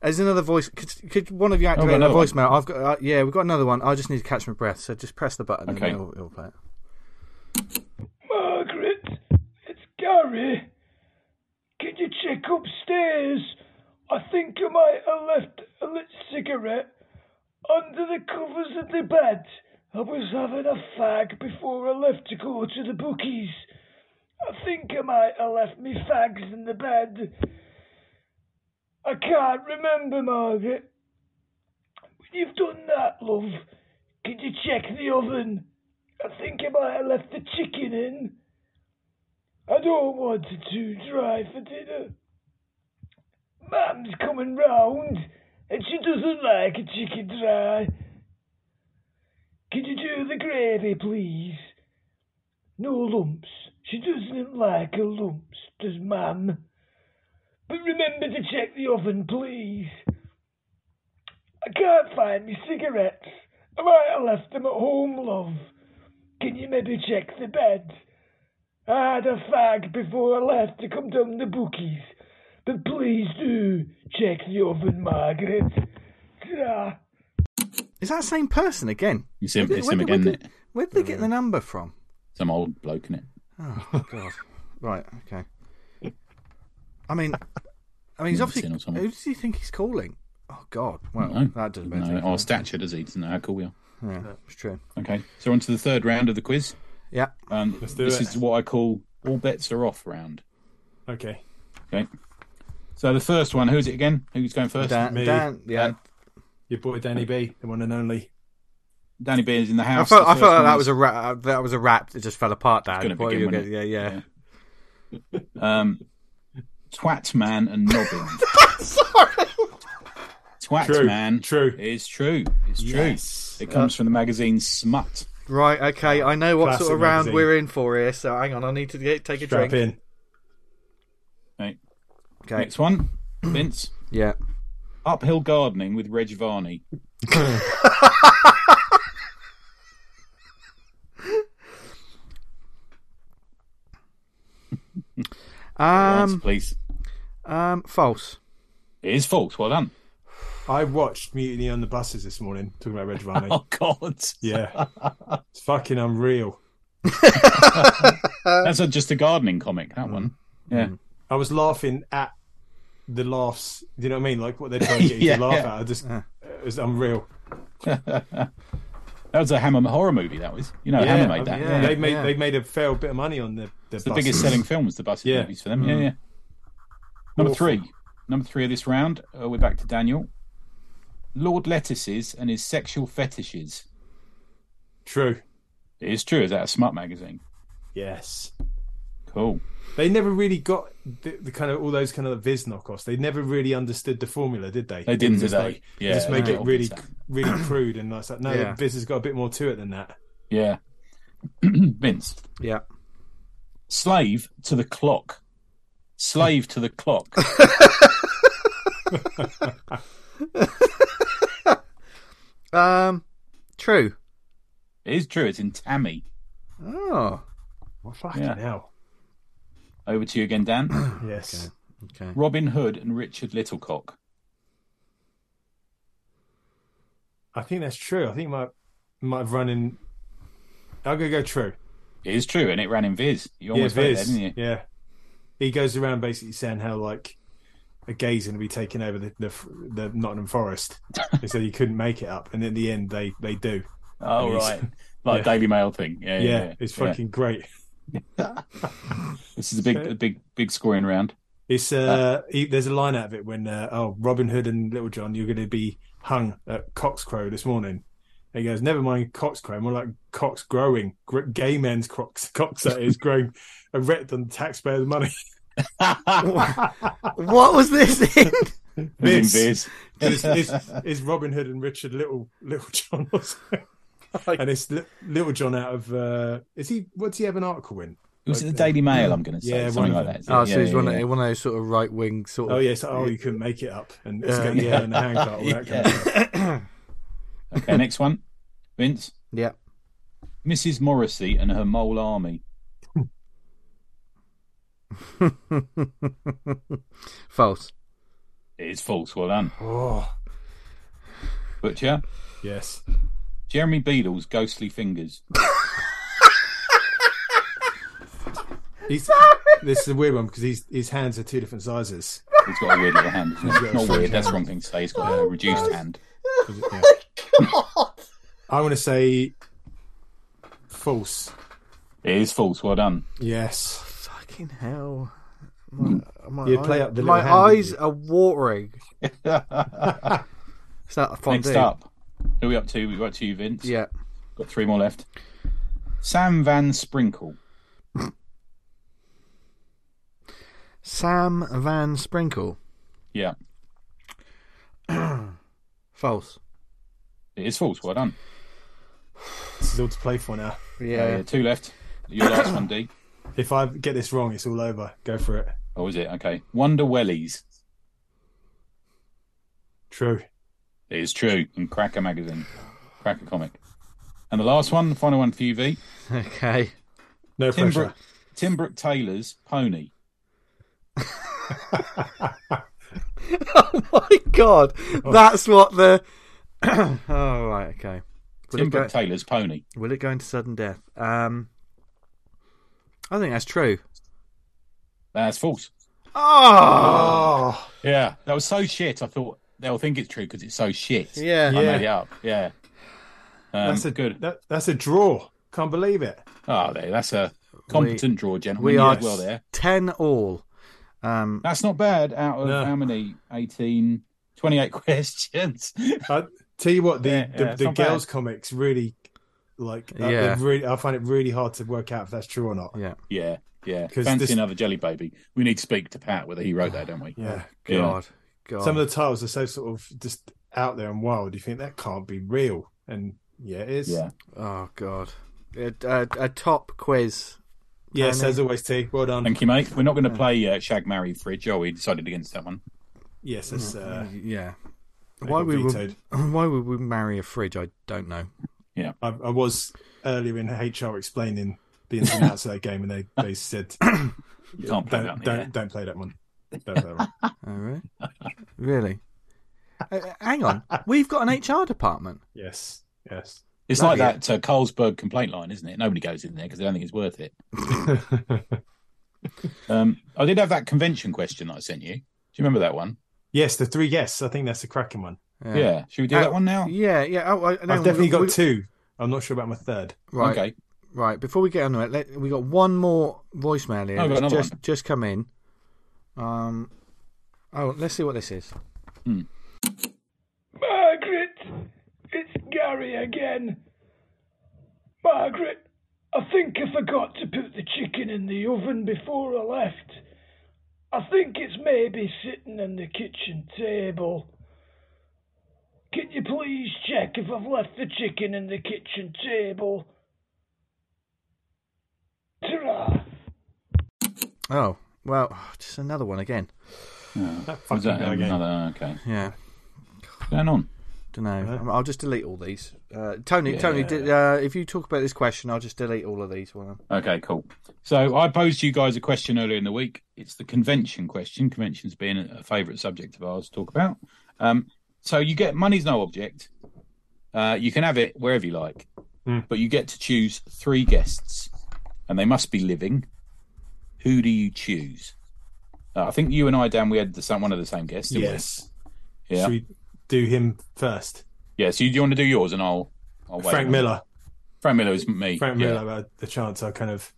S1: There's another voice. Could, could one of you activate a
S2: another one.
S1: voicemail? I've got. Uh, yeah, we've got another one. I just need to catch my breath. So just press the button.
S2: Okay.
S1: And it'll, it'll play it.
S5: Margaret, it's Gary. Can you check upstairs? I think I might have left a lit cigarette under the covers of the bed. I was having a fag before I left to go to the bookies. I think I might have left me fags in the bed. I can't remember, Margaret. When you've done that, love, can you check the oven? I think I might have left the chicken in. I don't want it too dry for dinner. Mum's coming round, and she doesn't like a chicken dry. Can you do the gravy, please? No lumps. She doesn't like her lumps, does Mum? But remember to check the oven, please. I can't find my cigarettes. Right, I left them at home, love. Can you maybe check the bed? I had a fag before I left to come down the bookies. But please do check the oven, Margaret. Ta-ra.
S1: Is that the same person again?
S2: It's him,
S1: Where
S2: it's
S1: did-
S2: him
S1: where
S2: again.
S1: did-
S2: is
S1: Where did, where did they get the number from?
S2: Some old bloke in it.
S1: Oh God! right. Okay. I mean, I mean, he's
S2: Number
S1: obviously.
S2: 10 or something.
S1: Who does he think he's calling? Oh God! Well,
S2: No,
S1: that doesn't make
S2: no. oh.
S1: sense.
S2: Our stature does he? Doesn't know how cool we are.
S1: Yeah, it's true.
S2: Okay, so on to the third round of the quiz.
S1: Yeah.
S2: Um,
S3: do
S2: this
S3: it.
S2: is what I call all bets are off round.
S3: Okay.
S2: Okay. So the first one, who's it again? Who's going first?
S1: Dan,
S3: me.
S1: Dan, yeah.
S3: Your boy Danny B, the one and only.
S2: Danny Bean's in the
S1: I
S2: house.
S1: felt,
S2: The
S1: I
S2: first
S1: felt like
S2: one
S1: that was a rap, uh, that was a rap that just fell apart. Dan,
S2: gonna
S1: What are
S2: begin,
S1: you
S2: wasn't
S1: gonna- yeah, yeah.
S2: um, twat man and nobbin.
S1: Sorry.
S2: twat
S3: True.
S2: man
S3: True.
S2: is true. It's true.
S3: Yes.
S2: It
S1: Uh,
S2: comes from the magazine Smut.
S1: Right. Okay. I know what
S3: Classic
S1: sort of round
S3: magazine.
S1: we're in for here. So hang on. I need to get, take a
S3: Strap
S1: drink.
S3: in.
S2: Okay.
S1: Okay.
S2: Next one, Vince.
S1: Yeah.
S2: Uphill gardening with Reg Varney. Answer,
S1: Um.
S2: please.
S1: Um. False.
S2: It is false. Well done.
S3: I watched Mutiny on the Buses this morning, talking about Reg Varney.
S2: Oh God.
S3: Yeah. It's fucking unreal.
S2: That's a, just a gardening comic. That one. Yeah.
S3: I was laughing at the laughs. Do you know what I mean? Like what they're trying to get you
S2: Yeah. Uh.
S3: to laugh at. I just, it was unreal.
S2: That was a Hammer horror movie. That was. You know, Hammer made that.
S1: yeah.
S3: They made
S1: yeah.
S3: they made a fair bit of money on the the,
S2: It's the biggest selling films, the Buses
S3: Yeah. Mm.
S2: movies for them. Yeah, yeah. Number three. Number three of this round. Uh, we're back to Daniel. Lord Lettuces and his sexual fetishes.
S3: True.
S2: It is true. Is that a smart magazine?
S3: Yes.
S2: Cool.
S3: They never really got the, the kind of all those kind of Viz knockoffs. They never really understood the formula, did they?
S2: They didn't,
S3: It was
S2: did they?
S3: like-
S2: Yeah,
S3: just make
S2: they
S3: it
S2: got
S3: really,
S2: all this out.
S3: really crude and nice. Like, no,
S1: Yeah.
S3: Viz has got a bit more to it than that.
S2: Yeah. Vince.
S1: Yeah.
S2: Slave to the clock. Slave to the clock.
S1: Um. True.
S2: it is true. It's in Tammy.
S1: Oh.
S3: Well, fucking
S2: Yeah.
S3: hell.
S2: Over to you again, Dan.
S3: Yes.
S1: Okay.
S2: Robin Hood and Richard Littlecock.
S3: I think that's true. I think my might have run in. I'm gonna go true.
S2: It is true, and it ran in Viz. You
S3: Yeah,
S2: almost voted there,
S3: Viz.
S2: didn't you?
S3: Yeah, he goes around basically saying how like a gay's going to be taking over the, the the Nottingham Forest, and so he couldn't make it up. And in the end, they they do.
S2: Oh,
S3: Yes.
S2: right. Like
S3: Yeah.
S2: Daily Mail thing. Yeah,
S3: Yeah,
S2: yeah, yeah.
S3: it's
S2: Yeah.
S3: fucking great.
S2: This is a big, a big, big scoring round.
S3: It's uh, he, there's a line out of it when uh, oh Robin Hood and Little John, you're going to be hung at cock's crow this morning. And he goes, never mind cock's crow, more like cocks growing, Gr- gay men's cocks, cocks that is growing, erect on taxpayers' money.
S1: What was this in?
S2: It was in
S3: Viz.
S2: Viz.
S3: is, is, is Robin Hood and Richard Little Little John also. and it's Li- Little John out of uh, is he? What's he have an article in?
S2: Was it the Daily Mail? I'm going to say
S3: Yeah,
S2: something
S3: one
S2: like
S3: of
S2: that.
S3: them.
S2: is
S1: Oh, so
S2: it? Yeah,
S1: he's
S2: yeah,
S1: one,
S2: yeah.
S1: Of, one of those sort of right wing sort
S3: Oh
S1: of.
S3: yes. Oh, you couldn't make it up, and it's
S1: Yeah.
S3: getting yeah. in the hand cart, all that kind of stuff.
S2: Okay, next one, Vince.
S1: Yeah.
S2: Mrs. Morrissey and her mole army.
S1: False.
S2: It is false. Well done,
S3: Oh
S2: butcher.
S3: yes,
S2: Jeremy Beadle's ghostly fingers.
S3: he's, this is a weird one because he's, his hands are two different sizes.
S2: He's got a weird little hand. Isn't he?
S3: got a
S2: Not
S3: strange
S2: weird. That's the wrong thing to say. He's got a reduced hand.
S3: Yeah. I want to say false.
S2: It is false. Well done.
S3: Yes,
S1: Fucking hell. My, my
S3: You'd play
S1: eye-
S3: up the
S1: my
S3: little hand, wouldn't
S1: eyes
S3: you?
S1: are watering. Is that a fondue?
S2: Next up, who are we up to? We're up to you, Vince.
S1: Yeah.
S2: Got three more left. Sam Van Sprinkle.
S1: Sam Van Sprinkle.
S2: Yeah,
S1: False.
S2: it is false. Well done.
S3: this is all to play for now.
S1: Yeah.
S2: Uh, two left. Your last one, D.
S3: If I get this wrong, it's all over. Go for it.
S2: Oh, is it? Okay. Wonder Wellies.
S3: True.
S2: It is true. In Cracker magazine. Cracker comic. And the last one, the final one for you, V.
S1: Okay.
S3: No
S2: Tim
S3: pressure.
S2: Brooke, Tim Brooke Taylor's Pony.
S1: Oh my god. That's what the. oh, right, okay. Will
S2: Tim
S1: it, go,
S2: Brooke Taylor's Pony.
S1: will it go into sudden death? Um, I think that's true.
S2: That's false.
S1: Oh!
S3: Oh,
S2: Yeah, that was so shit. I thought they'll think it's true because it's so shit.
S1: Yeah.
S2: I
S3: Yeah.
S2: made it up. Yeah, um,
S3: that's a
S2: good.
S3: That, that's a draw. Can't believe it.
S2: Oh, there, that's a competent draw, gentlemen.
S1: We
S2: You
S1: are
S2: did well there.
S1: 10 all. Um,
S2: That's not bad. Out of
S3: No.
S2: how many? 18, 28 questions.
S3: I tell you what, the
S2: Yeah,
S3: the,
S2: yeah, it's
S3: the
S2: not bad.
S3: girls comics really like. uh,
S1: Yeah.
S3: they're really, I find it really hard to work out if that's true or not.
S1: yeah.
S2: yeah, yeah.
S3: 'Cause
S2: Fancy
S3: this-
S2: another jelly baby. We need to speak to Pat whether he wrote that, don't we?
S3: Yeah,
S2: Yeah.
S1: God. God.
S3: some of the titles are so sort of just out there and wild. You think that can't be real, and yeah, it is.
S2: Yeah.
S1: Oh, God. A, a, a top quiz.
S3: Yes,
S1: Tony.
S3: as always, T. Well done.
S2: Thank you, mate. We're not going to play uh, Shag Marry Fridge, are we? Decided against that one.
S3: Yes, that's uh,
S1: Yeah.
S3: they
S1: Mm-hmm. Why
S3: got
S1: we would,
S3: vetoed.
S1: why would we marry a fridge? I don't know.
S3: I, I was earlier in HR explaining the ins and outs of that game, and they, they said
S2: You can't play that. on
S3: don't
S2: the
S3: don't
S2: air.
S3: don't play that one. Don't play that one.
S1: Oh, really? really? Uh, hang on. We've got an HR department.
S3: Yes, yes.
S2: It's
S1: Love
S2: like that uh, Carlsberg complaint line, isn't it? Nobody goes in there because they don't think it's worth it. um, I did have that convention question that I sent you. Do you remember that one?
S3: Yes, the three yes. I think that's the cracking one.
S2: Yeah. Should we do
S1: Uh,
S2: that one now?
S1: Yeah, yeah. Oh, I, no,
S3: I've definitely
S1: we-
S3: got
S1: we-
S3: two. I'm not sure about my third.
S1: Right,
S2: Okay.
S1: right. Before we get on to it, let, we got one more voicemail here.
S2: Oh, we've got
S1: that's
S2: another
S1: just
S2: one.
S1: just come in. Um, oh, let's see what this is.
S5: Margaret, it's Gary again. Margaret, I think I forgot to put the chicken in the oven before I left. I think it's maybe sitting on the kitchen table. Can you please check if I've left the chicken in the kitchen table? Ta-ra!
S1: Oh, well, just another one again.
S3: That
S2: Was
S3: fucking
S2: that
S3: guy again.
S2: another? Okay.
S1: Yeah,
S2: What's going on?
S1: don't know. I'll just delete all these. Uh, Tony, Tony,
S2: Yeah.
S1: did, uh, if you talk about this question, I'll just delete all of these. Well,
S2: Okay, cool. So I posed you guys a question earlier in the week. It's the convention question. Conventions being a favourite subject of ours to talk about. Um, so you get money's no object. Uh, you can have it wherever you like,
S3: Mm.
S2: but you get to choose three guests, and they must be living. Who do you choose? Uh, I think you and I, Dan, we had the same, one of the same guests. didn't we?
S3: Yes.
S2: Yeah.
S3: Should we do him first?
S2: Yeah. So you, do you want to do yours, and I'll. I'll wait.
S3: Frank Miller.
S2: Frank Miller is me.
S3: Frank
S2: yeah.
S3: Miller had the chance. I kind of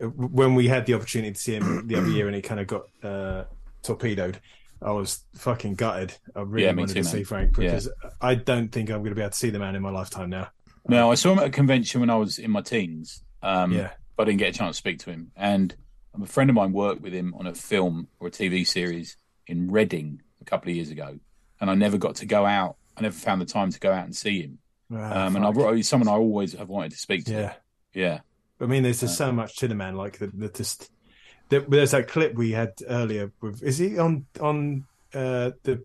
S3: when we had the opportunity to see him the other year, and he kind of got uh, torpedoed. I was fucking gutted. I really
S2: Yeah, me
S3: wanted
S2: too,
S3: to
S2: man.
S3: see Frank
S2: Yeah.
S3: because I don't think I'm going to be able to see the man in my lifetime now.
S2: No, I saw him at a convention when I was in my teens. Um,
S3: Yeah.
S2: But I didn't get a chance to speak to him. And a friend of mine worked with him on a film or a TV series in Reading a couple of years ago. And I never got to go out. I never found the time to go out and see him.
S3: Ah,
S2: Um, and
S3: fuck.
S2: I, he's someone I always have wanted to speak to.
S3: yeah,
S2: Yeah.
S3: I mean, there's just so much to the man. Like the, the just the, there's that clip we had earlier with is he on on uh, the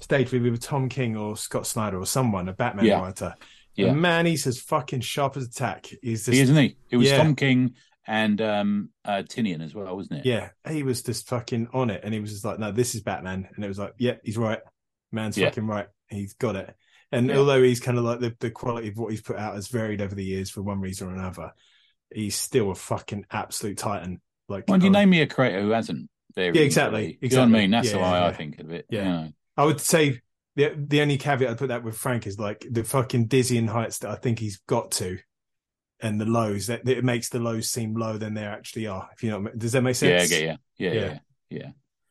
S3: stage with, with Tom King or Scott Snyder or someone a Batman
S2: Yeah.
S3: writer?
S2: Yeah.
S3: The man, he's as fucking sharp as a tack. He's just
S2: he isn't he? It was
S3: Yeah.
S2: Tom King and um, uh, Tinian as well, wasn't it?
S3: Yeah, he was just fucking on it, and he was just like, "No, this is Batman," and it was like, "Yep, he's right. Man's
S2: Yeah.
S3: fucking right. He's got it." And
S2: Yeah.
S3: although he's kind of like the, the quality of what he's put out has varied over the years for one reason or another, he's still a fucking absolute titan. Like,
S2: Why do you
S3: I-
S2: name me a creator who hasn't? There
S3: Oh. Yeah, exactly,
S2: You know what I
S3: exactly.
S2: mean? That's
S3: Yeah,
S2: the way
S3: yeah,
S2: I
S3: yeah.
S2: think of it.
S3: Yeah.
S2: you know.
S3: I would say the the only caveat I put that with Frank is like the fucking dizzying heights that I think he's got to, and the lows that, that it makes the lows seem lower than they actually are. If you know, what I mean. does that make
S2: Yeah,
S3: sense?
S2: yeah, yeah, yeah,
S3: Yeah.
S2: yeah.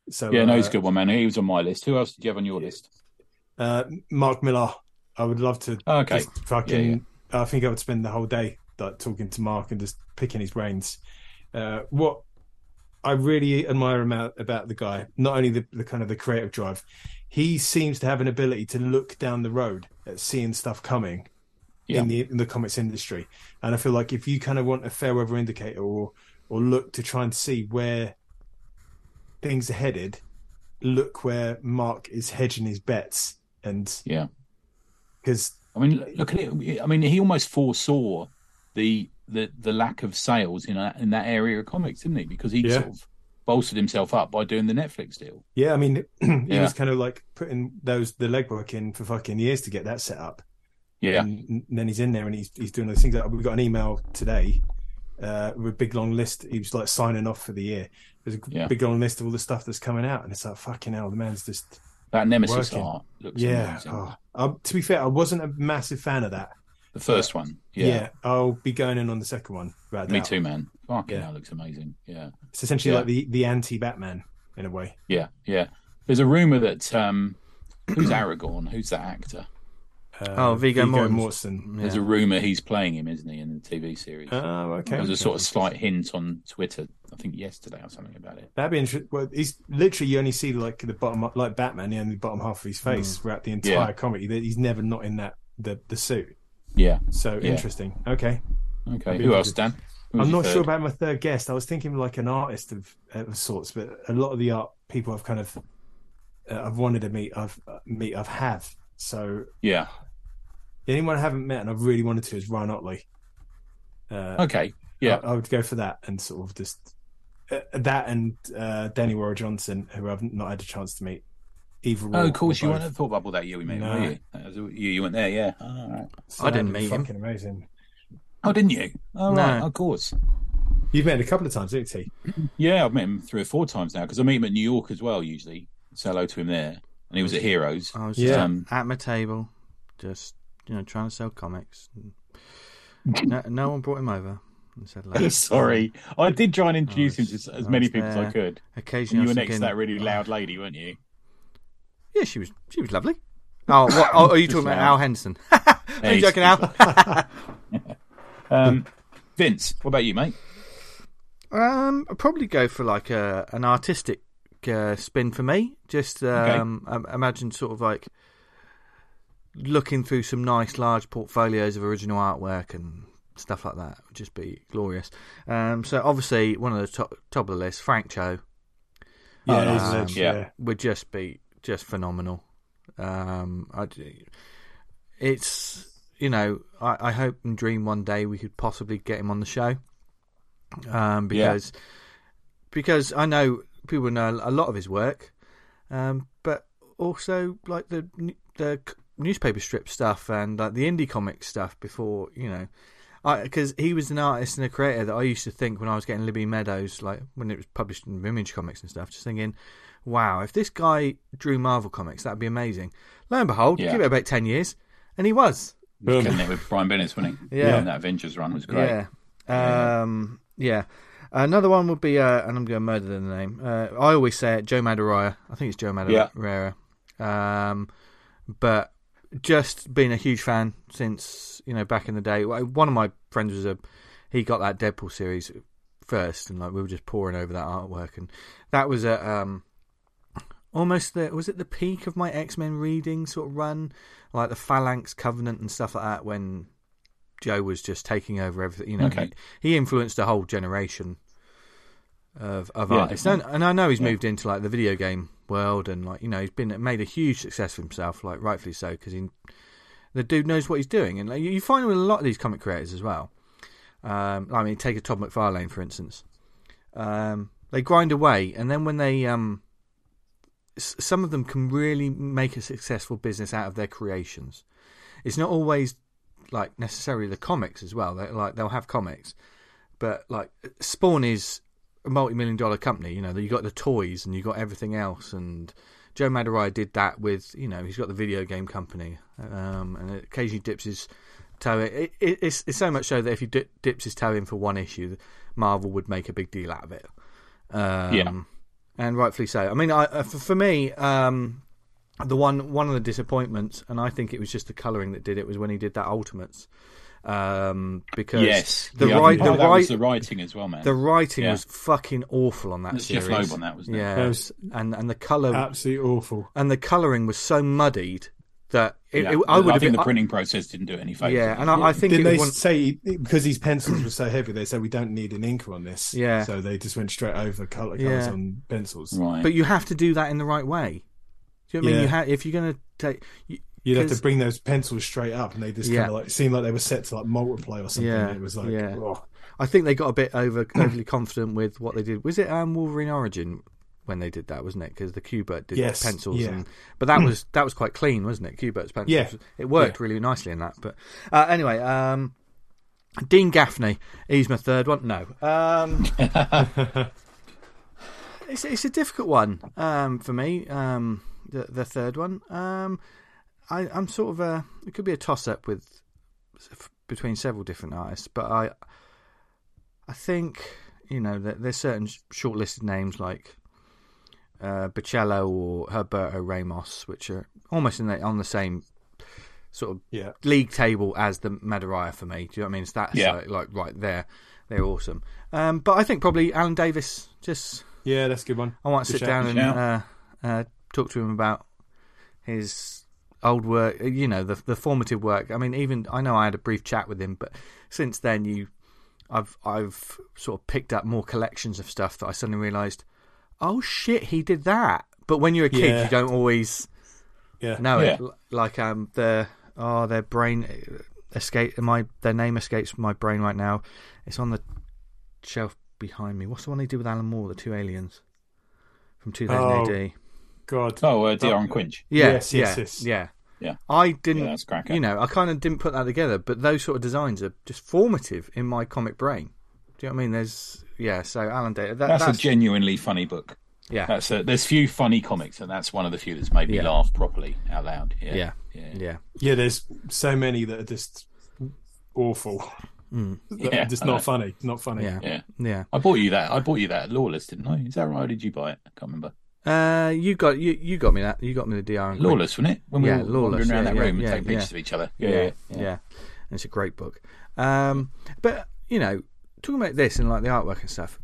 S3: So
S2: Yeah, no,
S3: uh,
S2: he's a good one, man. He was on my list. Who else did you have on your list?
S3: Uh, Mark Millar, I would love to
S2: Oh, okay.
S3: Just fucking.
S2: Yeah,
S3: I think I would spend the whole day like talking to Mark and just picking his brains. Uh, what I really admire about, about the guy, not only the, the kind of the creative drive, he seems to have an ability to look down the road at seeing stuff coming
S2: Yeah.
S3: in the in the comics industry. And I feel like if you kind of want a fair weather indicator or or look to try and see where things are headed, look where Mark is hedging his bets and
S2: Yeah.
S3: because
S2: I mean, l- look at it. I mean, he almost foresaw the the, the lack of sales in that, in that area of comics, didn't he? Because he
S3: Yeah.
S2: sort of bolstered himself up by doing the Netflix deal.
S3: Yeah, I mean, he
S2: Yeah.
S3: was kind of like putting those the legwork in for fucking years to get that set up.
S2: Yeah,
S3: And, and then he's in there and he's he's doing those things. Like, we got an email today uh, with a big long list. He was like signing off for the year. There's a
S2: Yeah.
S3: big long list of all the stuff that's coming out, and it's like fucking hell. The man's just
S2: that Nemesis
S3: Working.
S2: art looks
S3: yeah.
S2: amazing.
S3: Oh. I, to be fair, I wasn't a massive fan of that.
S2: The first one,
S3: Yeah,
S2: yeah.
S3: I'll be going in on the second one. without
S2: Me
S3: doubt.
S2: too, man. Fucking
S3: Yeah.
S2: that looks amazing. Yeah,
S3: It's essentially
S2: Yeah.
S3: like the the anti Batman in a way.
S2: yeah, yeah. There's a rumor that um, who's Aragorn? Who's that actor?
S3: Uh,
S1: Oh, Viggo
S3: Mortensen.
S2: There's a rumor he's playing him, isn't he, in the TV series?
S3: Oh, okay.
S2: there was
S3: okay.
S2: a sort of slight hint on Twitter, I think yesterday or something about it.
S3: That'd be interesting. Well, he's literally you only see like the bottom, like Batman, the only bottom half of his face throughout the entire
S2: Mm. Yeah.
S3: comedy. That he's never not in that the the suit.
S2: Yeah.
S3: So
S2: Yeah.
S3: interesting. Okay,
S2: Okay.
S3: be
S2: Who else, Dan?
S3: interesting.
S2: Who was
S3: I'm
S2: your
S3: not sure
S2: third?
S3: about my third guest. I was thinking like an artist of, of sorts, but a lot of the art people I've kind of uh, I've wanted to meet, I've uh, meet, I've have. So
S2: Yeah.
S3: the only one I haven't met and I've really wanted to is Ryan Otley. Uh,
S2: Okay. Yeah.
S3: I, I would go for that and sort of just uh, that and uh, Danny Warren Johnson, who I've not had a chance to meet. Either
S2: Oh,
S3: or
S2: of course,
S3: or
S2: you
S3: both.
S2: weren't at Thought Bubble that year we met,
S3: No.
S2: were you? That was- you? You went there, yeah. All right.
S3: So
S1: I didn't
S3: that'd be
S1: meet him.
S3: Fucking amazing.
S2: Oh, didn't you? Oh,
S1: No.
S2: right. Of course.
S3: You've met him a couple of times, haven't you?
S2: Yeah, I've met him three or four times now because I meet him at New York as well, usually. Say hello to him there. And he was at Heroes.
S1: I was
S3: Yeah.
S1: just at my table, just you know, trying to sell comics. No, no one brought him over and said, hello.
S2: Sorry. I did try and introduce
S1: I
S2: him
S1: was-
S2: to as, as
S1: I
S2: many
S1: was
S2: people as I
S1: there.
S2: could. And
S1: Occasionally,
S2: you
S1: I
S2: were
S1: was
S2: next to
S1: thinking,
S2: that really loud lady, weren't you?
S1: Yeah, she was. She was lovely. Oh, what, oh are you
S2: Just
S1: talking about
S2: loud.
S1: Al Henson? Are
S2: Hey,
S1: you joking, Al?
S2: Um, Vince, what about you, mate?
S1: Um, I'd probably go for like a an artistic uh, spin for me. Just um, I- imagine sort of like looking through some nice large portfolios of original artwork and stuff like that. It would just be glorious. Um, so obviously one of the top top of the list, Frank Cho,
S3: Yeah,
S1: Oh, no,
S3: he's
S1: no,
S3: a
S1: no.
S3: legend,
S2: Yeah.
S3: yeah.
S1: would just be just phenomenal. Um, I, it's you know I, I hope and dream one day we could possibly get him on the show um, because because I know people know a lot of his work, um, but also like the the c- newspaper strip stuff and like the indie comic stuff before you know. Because he was an artist and a creator that I used to think when I was getting Libby Meadows, like when it was published in Image Comics and stuff, just thinking, wow, if this guy drew Marvel comics, that'd be amazing. Lo and behold,
S2: Yeah.
S1: give it about 10 years, and he was.
S3: Boom.
S2: Killing it with Brian Bennett's winning.
S1: Yeah.
S2: And that Avengers run was great.
S1: Yeah. Um, yeah. Another one would be, uh, and I'm going to murder the name. Uh, I always say it, Joe Madureira. I think it's Joe Madureira. Um, but just been a huge fan since you know back in the day. Well, One of my friends was a, he got that Deadpool series first, and like we were just poring over that artwork, and that was a um, almost the was it the peak of my X Men reading sort of run, like the Phalanx Covenant and stuff like that when Joe was just taking over everything. You know,
S2: Okay.
S1: he, he influenced a whole generation of of
S2: Yeah,
S1: artists, and, and I know he's moved into like the video game world, and like you know he's been made a huge success for himself, like rightfully so, because he the dude knows what he's doing, and like, you you find with a lot of these comic creators as well. Um, I mean, take a Todd McFarlane for instance. Um, they grind away, and then when they um, s- some of them can really make a successful business out of their creations. It's not always like necessarily the comics as well. They like they'll have comics, but like Spawn is a multi-million dollar company. You know, you got the toys and you got everything else. And Joe Madurai did that with you know he's got the video game company, um, and it occasionally dips his toe. It, it, it's, it's so much so that if he di- dips his toe in for one issue, Marvel would make a big deal out of it. Um,
S2: Yeah.
S1: and rightfully so. I mean, I, uh, for, for me, um, the one one of the disappointments, and I think it was just the colouring that did it, was when he did that Ultimates, um, because
S2: Yes.
S1: the
S2: yeah,
S1: right
S2: oh,
S1: the
S2: that was
S1: right
S2: the writing as well, man.
S1: the writing
S2: Yeah.
S1: was fucking awful on that
S2: That's
S1: series.
S2: Jeff Loeb on that, wasn't it?
S1: yeah,
S3: That was-
S1: and and the colour
S3: Absolutely awful.
S1: and the colouring was so muddied that it,
S2: Yeah.
S1: it- I would have
S2: think
S1: been
S2: the printing process didn't do it any
S1: I-
S2: favors.
S1: yeah, and I, I think
S3: Didn't
S1: it
S3: they
S1: was one,
S3: say because these pencils were so heavy? They said we don't need an inker on this.
S1: Yeah.
S3: So they just went straight over color
S1: Yeah.
S3: colors on pencils.
S2: right.
S1: but you have to do that in the right way. Do you know what I mean?
S3: Yeah.
S1: You ha- if you're going to take you,
S3: You'd have to
S1: 'Cause-
S3: bring those pencils straight up, and they just
S1: Yeah.
S3: kind of like seemed like they were set to like multiply or something.
S1: Yeah,
S3: It was like,
S1: yeah.
S3: oh,
S1: I think they got a bit over overly confident with what they did. Was it um, Wolverine Origin when they did that, wasn't it? Because the Q-Bert did
S3: Yes,
S1: pencils,
S3: yeah.
S1: and but that was that was quite clean, wasn't it? Q-Bert's pencils.
S3: Hmm. Yeah,
S1: it worked really nicely in that. But uh, anyway, um, Dean Gaffney, he's my third one. No, um, it's it's a difficult one um, for me. Um, the the third one. Um, I, I'm sort of a. It could be a toss up with between several different artists, but I I think you know that there's certain sh- shortlisted names like uh, Bocello or Herberto Ramos, which are almost in the, on the same sort of
S3: yeah,
S1: league table as the Madeira for me. Do you know what I mean? It's that
S2: Yeah.
S1: like, like right there. They're awesome. Um, but I think probably Alan Davis. Just
S3: yeah, that's a good one. Oh,
S1: I want to
S3: Good
S1: sit
S3: shout.
S1: down and uh, uh, talk to him about his old work. uh, You know, the the formative work. I mean, even I know I had a brief chat with him, but since then, you, I've I've sort of picked up more collections of stuff that I suddenly realised, oh shit, he did that. But when you're a kid,
S3: Yeah.
S1: you don't always
S3: Yeah,
S1: no,
S2: Yeah.
S1: it, l- like um, the oh, their brain escape. My their name escapes my brain right now. It's on the shelf behind me. What's the one they did with Alan Moore, the two aliens from 2000 AD?
S3: God,
S2: Oh, uh, Dear and Quinch.
S1: Yeah,
S3: Yes,
S1: yeah,
S3: yes, yes.
S1: yeah,
S2: Yeah.
S1: I didn't.
S2: Yeah, that's eh? cracking.
S1: you know, I kind of didn't put that together, but those sort of designs are just formative in my comic brain. Do you know what I mean? There's yeah. So Alan Day, that,
S2: that's,
S1: that's,
S2: a genuinely funny book.
S1: yeah,
S2: That's a, there's few funny comics, and that's one of the few that's made me
S1: Yeah.
S2: laugh properly out loud. Yeah,
S1: yeah,
S2: yeah,
S1: yeah.
S3: yeah. There's so many that are just awful, That are
S2: Yeah,
S3: just
S2: I know.
S3: not funny, not funny.
S1: Hmm. Yeah.
S2: yeah.
S1: yeah.
S2: I bought you that. I bought you that at Lawless, didn't I? Is that right? Or did you buy it? I can't remember.
S1: Uh, you got you, you got me that you got me the DR and Quinn.
S2: Lawless, wasn't it? When we
S1: Yeah,
S2: were
S1: Lawless,
S2: wandering around
S1: yeah,
S2: that
S1: yeah,
S2: room and
S1: yeah,
S2: taking pictures
S1: yeah.
S2: of each other. Yeah,
S1: yeah,
S2: yeah.
S1: yeah. And it's a great book. Um, but you know, talking about this and like the artwork and stuff,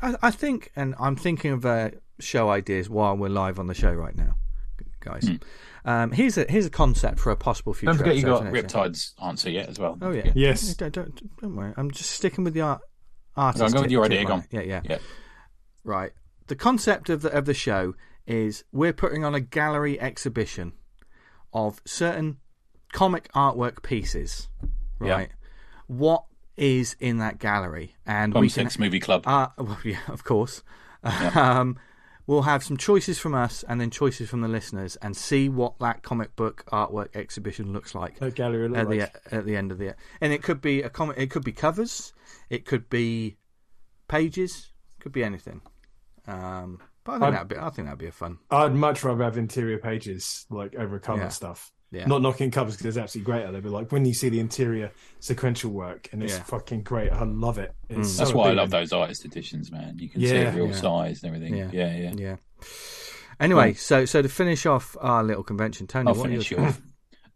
S1: I, I think, and I'm thinking of uh, show ideas while we're live on the show right now, guys. Um, here's a here's a concept for a possible future.
S2: Hmm. Don't forget you got
S1: episode, isn't it?
S2: Riptide's answer yet as well.
S1: Oh yeah.
S3: Yes.
S1: Don't, don't don't worry. I'm just sticking with the art. Artist
S2: go with
S1: tip-
S2: your
S1: tip
S2: idea,
S1: on
S2: go
S1: it. Yeah, yeah,
S2: Yeah.
S1: Right. The concept of the of the show is we're putting on a gallery exhibition of certain comic artwork pieces.
S2: Yeah.
S1: Right. What is in that gallery? And
S2: Bum
S1: we can
S2: Six Movie Club.
S1: uh, well, yeah, of course. Um, we'll have some choices from us and then choices from the listeners and see what that comic book artwork exhibition looks like
S3: That gallery looked
S1: at the
S3: like.
S1: at the end of the and it could be a comic it could be covers it could be pages could be anything um but I think
S3: I'm-
S1: that'd be I think that'd be a fun
S3: I'd much rather have interior pages like over cover
S1: Yeah.
S3: stuff.
S1: yeah
S3: Not knocking covers because it's absolutely great out there, but like when you see the interior sequential work and it's
S1: Yeah. Hmm.
S3: fucking great, I love it. It's so
S2: That's why I
S3: appealing.
S2: love those artist editions, man. You can see
S3: Yeah.
S2: the real
S1: Yeah.
S2: size and everything.
S1: Yeah.
S2: Yeah, yeah. yeah.
S1: yeah anyway so so to finish off our little convention Tony
S2: I'll
S1: what are
S2: finish you
S1: your-
S2: off.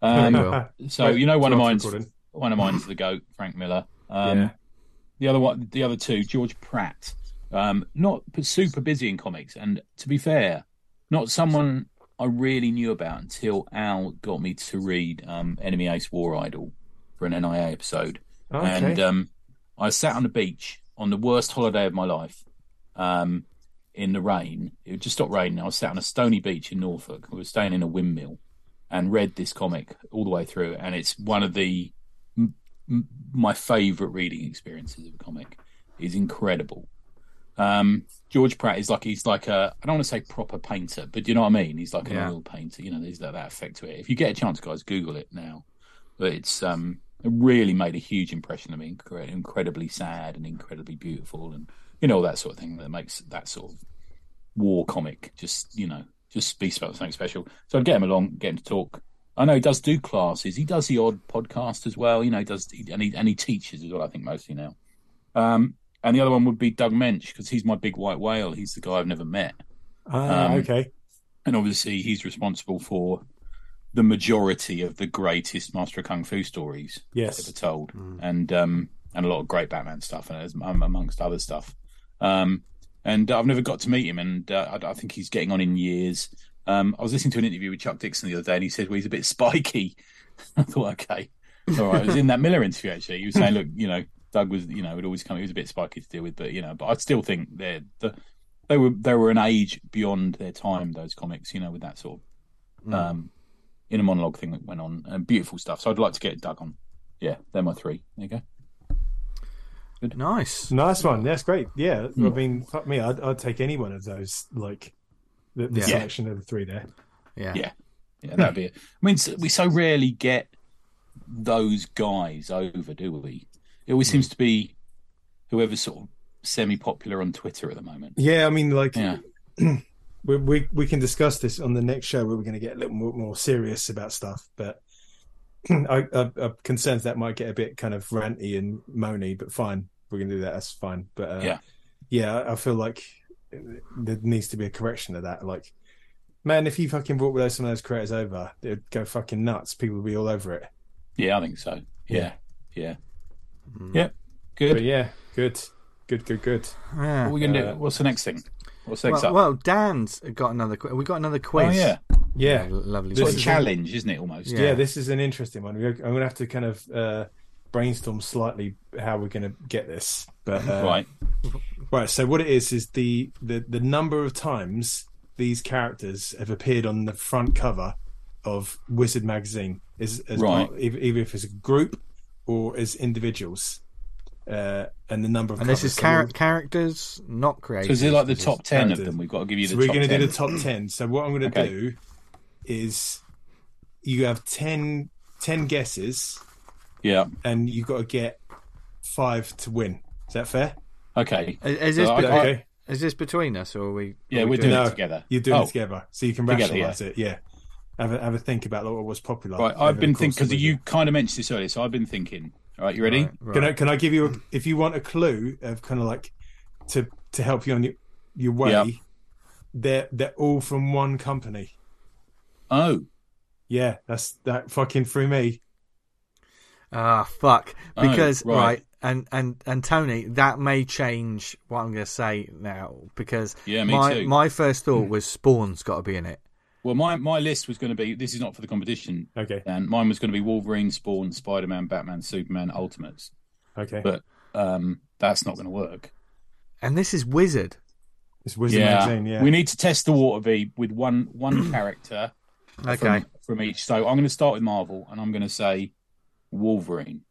S2: Um,
S1: Well,
S2: so you know one of
S3: Sorry,
S2: mine's
S3: Gordon.
S2: one of mine's the goat, Frank Miller. Um,
S3: Yeah.
S2: The other one, the other two, George Pratt. Um, not but super busy in comics, and to be fair, not someone I really knew about until Al got me to read um, Enemy Ace War Idol for an NIA episode,
S3: Okay.
S2: and um, I sat on the beach on the worst holiday of my life. Um, in the rain, it just stopped raining. I was sat on a stony beach in Norfolk. We were staying in a windmill, and read this comic all the way through, and it's one of the m- m- my favorite reading experiences of a comic. is incredible. Um, George Pratt is like he's like a I don't want to say proper painter, but you know what I mean. He's like an
S1: Yeah.
S2: oil painter. You know, there's that, that effect to it. If you get a chance, guys, Google it now. But it's um, it really made a huge impression on me. Incre- incredibly sad and incredibly beautiful, and you know all that sort of thing that makes that sort of war comic just you know just be about something special so i'd get him along get him to talk i know he does do classes he does the odd podcast as well you know he does and he, and he teaches as well i think mostly now um and the other one would be doug mensch because he's my big white whale he's the guy i've never met
S3: Ah,
S2: um,
S3: okay.
S2: and obviously he's responsible for the majority of the greatest master of kung fu stories
S3: Yes.
S2: ever told, and um, and a lot of great Batman stuff, and as- um, amongst other stuff. Um, and I've never got to meet him, and uh, I, I think he's getting on in years. Um, I was listening to an interview with Chuck Dixon the other day, and he said, "Well, he's a bit spiky." I thought, okay, all right. It was in that Miller interview actually. He was saying, "Look, you know, Doug was, you know, would always come. He was a bit spiky to deal with, but you know, but I still think they're the,
S3: Mm.
S2: they were they were an age beyond their time. Those comics, you know, with that sort of." Um, in a monologue thing that went on. And beautiful stuff. So I'd like to get Doug on. Yeah, they're my three. There you go.
S1: Nice.
S3: Nice one. That's great. Yeah.
S2: Hmm.
S3: I mean, fuck me. I'd, I'd take any one of those, like the, the
S1: Yeah.
S3: selection of the three there.
S1: Yeah.
S2: Yeah. Yeah, that'd be it. I mean, s- we so rarely get those guys over, do we? It
S3: Mm.
S2: always seems to be whoever's sort of semi-popular on Twitter at the moment.
S3: Yeah. I mean, like,
S2: Yeah,
S3: we, we, we can discuss this on the next show where we're going to get a little more, more serious about stuff. But I, I, I'm concerned that might get a bit kind of ranty and moany, but fine. We're going to do that. That's fine. But uh,
S2: Yeah.
S3: yeah, I- I feel like there needs to be a correction to that. Like, man, if you fucking brought those, some of those creators over, they'd go fucking nuts. People would be all over it.
S2: yeah, I think so. Yeah, yeah,
S1: Mm.
S2: yeah. Good.
S3: But yeah, good. Good, good, good.
S1: Yeah.
S2: What are we gonna
S3: Uh,
S2: do? What's the next thing? What's next
S1: Well,
S2: up?
S1: well, Dan's got another. Qu- we got another
S2: oh
S1: quiz.
S2: yeah,
S1: Yeah,
S3: Yeah.
S1: lovely.
S3: This
S2: it's
S1: quiz.
S2: a
S3: is-
S2: challenge, isn't it? Almost.
S1: Yeah.
S3: yeah, this is an interesting one. We're- I'm going to have to kind of uh, brainstorm slightly how we're going to get this. But uh,
S2: Right.
S3: right. So what it is is the, the the number of times these characters have appeared on the front cover of Wizard magazine is as
S2: Right.
S3: part- either, either if it's a group or as individuals, uh, and the number of
S1: and this
S3: covers.
S1: is
S3: So
S1: char- characters, not creators.
S2: So is it like the
S1: This is-
S2: top ten of
S3: characters.
S2: them? We've got to give you the.
S3: So we're
S2: top
S3: going to
S2: 10.
S3: do the top 10. So what I'm going to
S2: Okay.
S3: do is you have 10, 10 guesses
S2: Yeah.
S3: and you've got to get five to win. Is that fair?
S2: Oh, Okay.
S1: Is, is this
S2: So I-
S1: be-
S2: I-
S3: Okay.
S1: is this between us or are we?
S2: Yeah,
S1: are we
S2: we're doing
S3: No,
S2: it together.
S3: You're doing
S2: Oh,
S3: it together, so you can
S2: Together,
S3: rationalise it. Yeah. Have a have a think about like, what was popular.
S2: Right.
S3: over
S2: I've been
S3: the course
S2: thinking because
S3: of the-
S2: you kind of mentioned this earlier, so I've been thinking. All right, you ready?
S1: Right,
S3: Can
S1: right.
S3: I can I give you a, if you want a clue of kind of like to to help you on your your way?
S2: Yeah.
S3: They're they're all from one company.
S2: Oh,
S3: Yeah, that's that fucking through me.
S1: Ah, fuck.
S2: Oh,
S1: Because
S2: right.
S1: right. and and and Tony, that may change what I'm going to say now because
S2: Yeah, me
S1: my
S2: too. Hmm.
S1: my first thought was Spawn's got to be in it.
S2: well, my my list was going to be. This is not for the competition,
S3: Okay,
S2: and mine was going to be Wolverine, Spawn, Spider Man, Batman, Superman, Ultimates.
S3: okay.
S2: But um, that's not going to work.
S1: And this is Wizard.
S3: it's Wizard magazine. Yeah,
S2: we need to test the water V with one one character from,
S1: Okay.
S2: from each. So I'm going to start with Marvel, and I'm going to say Wolverine.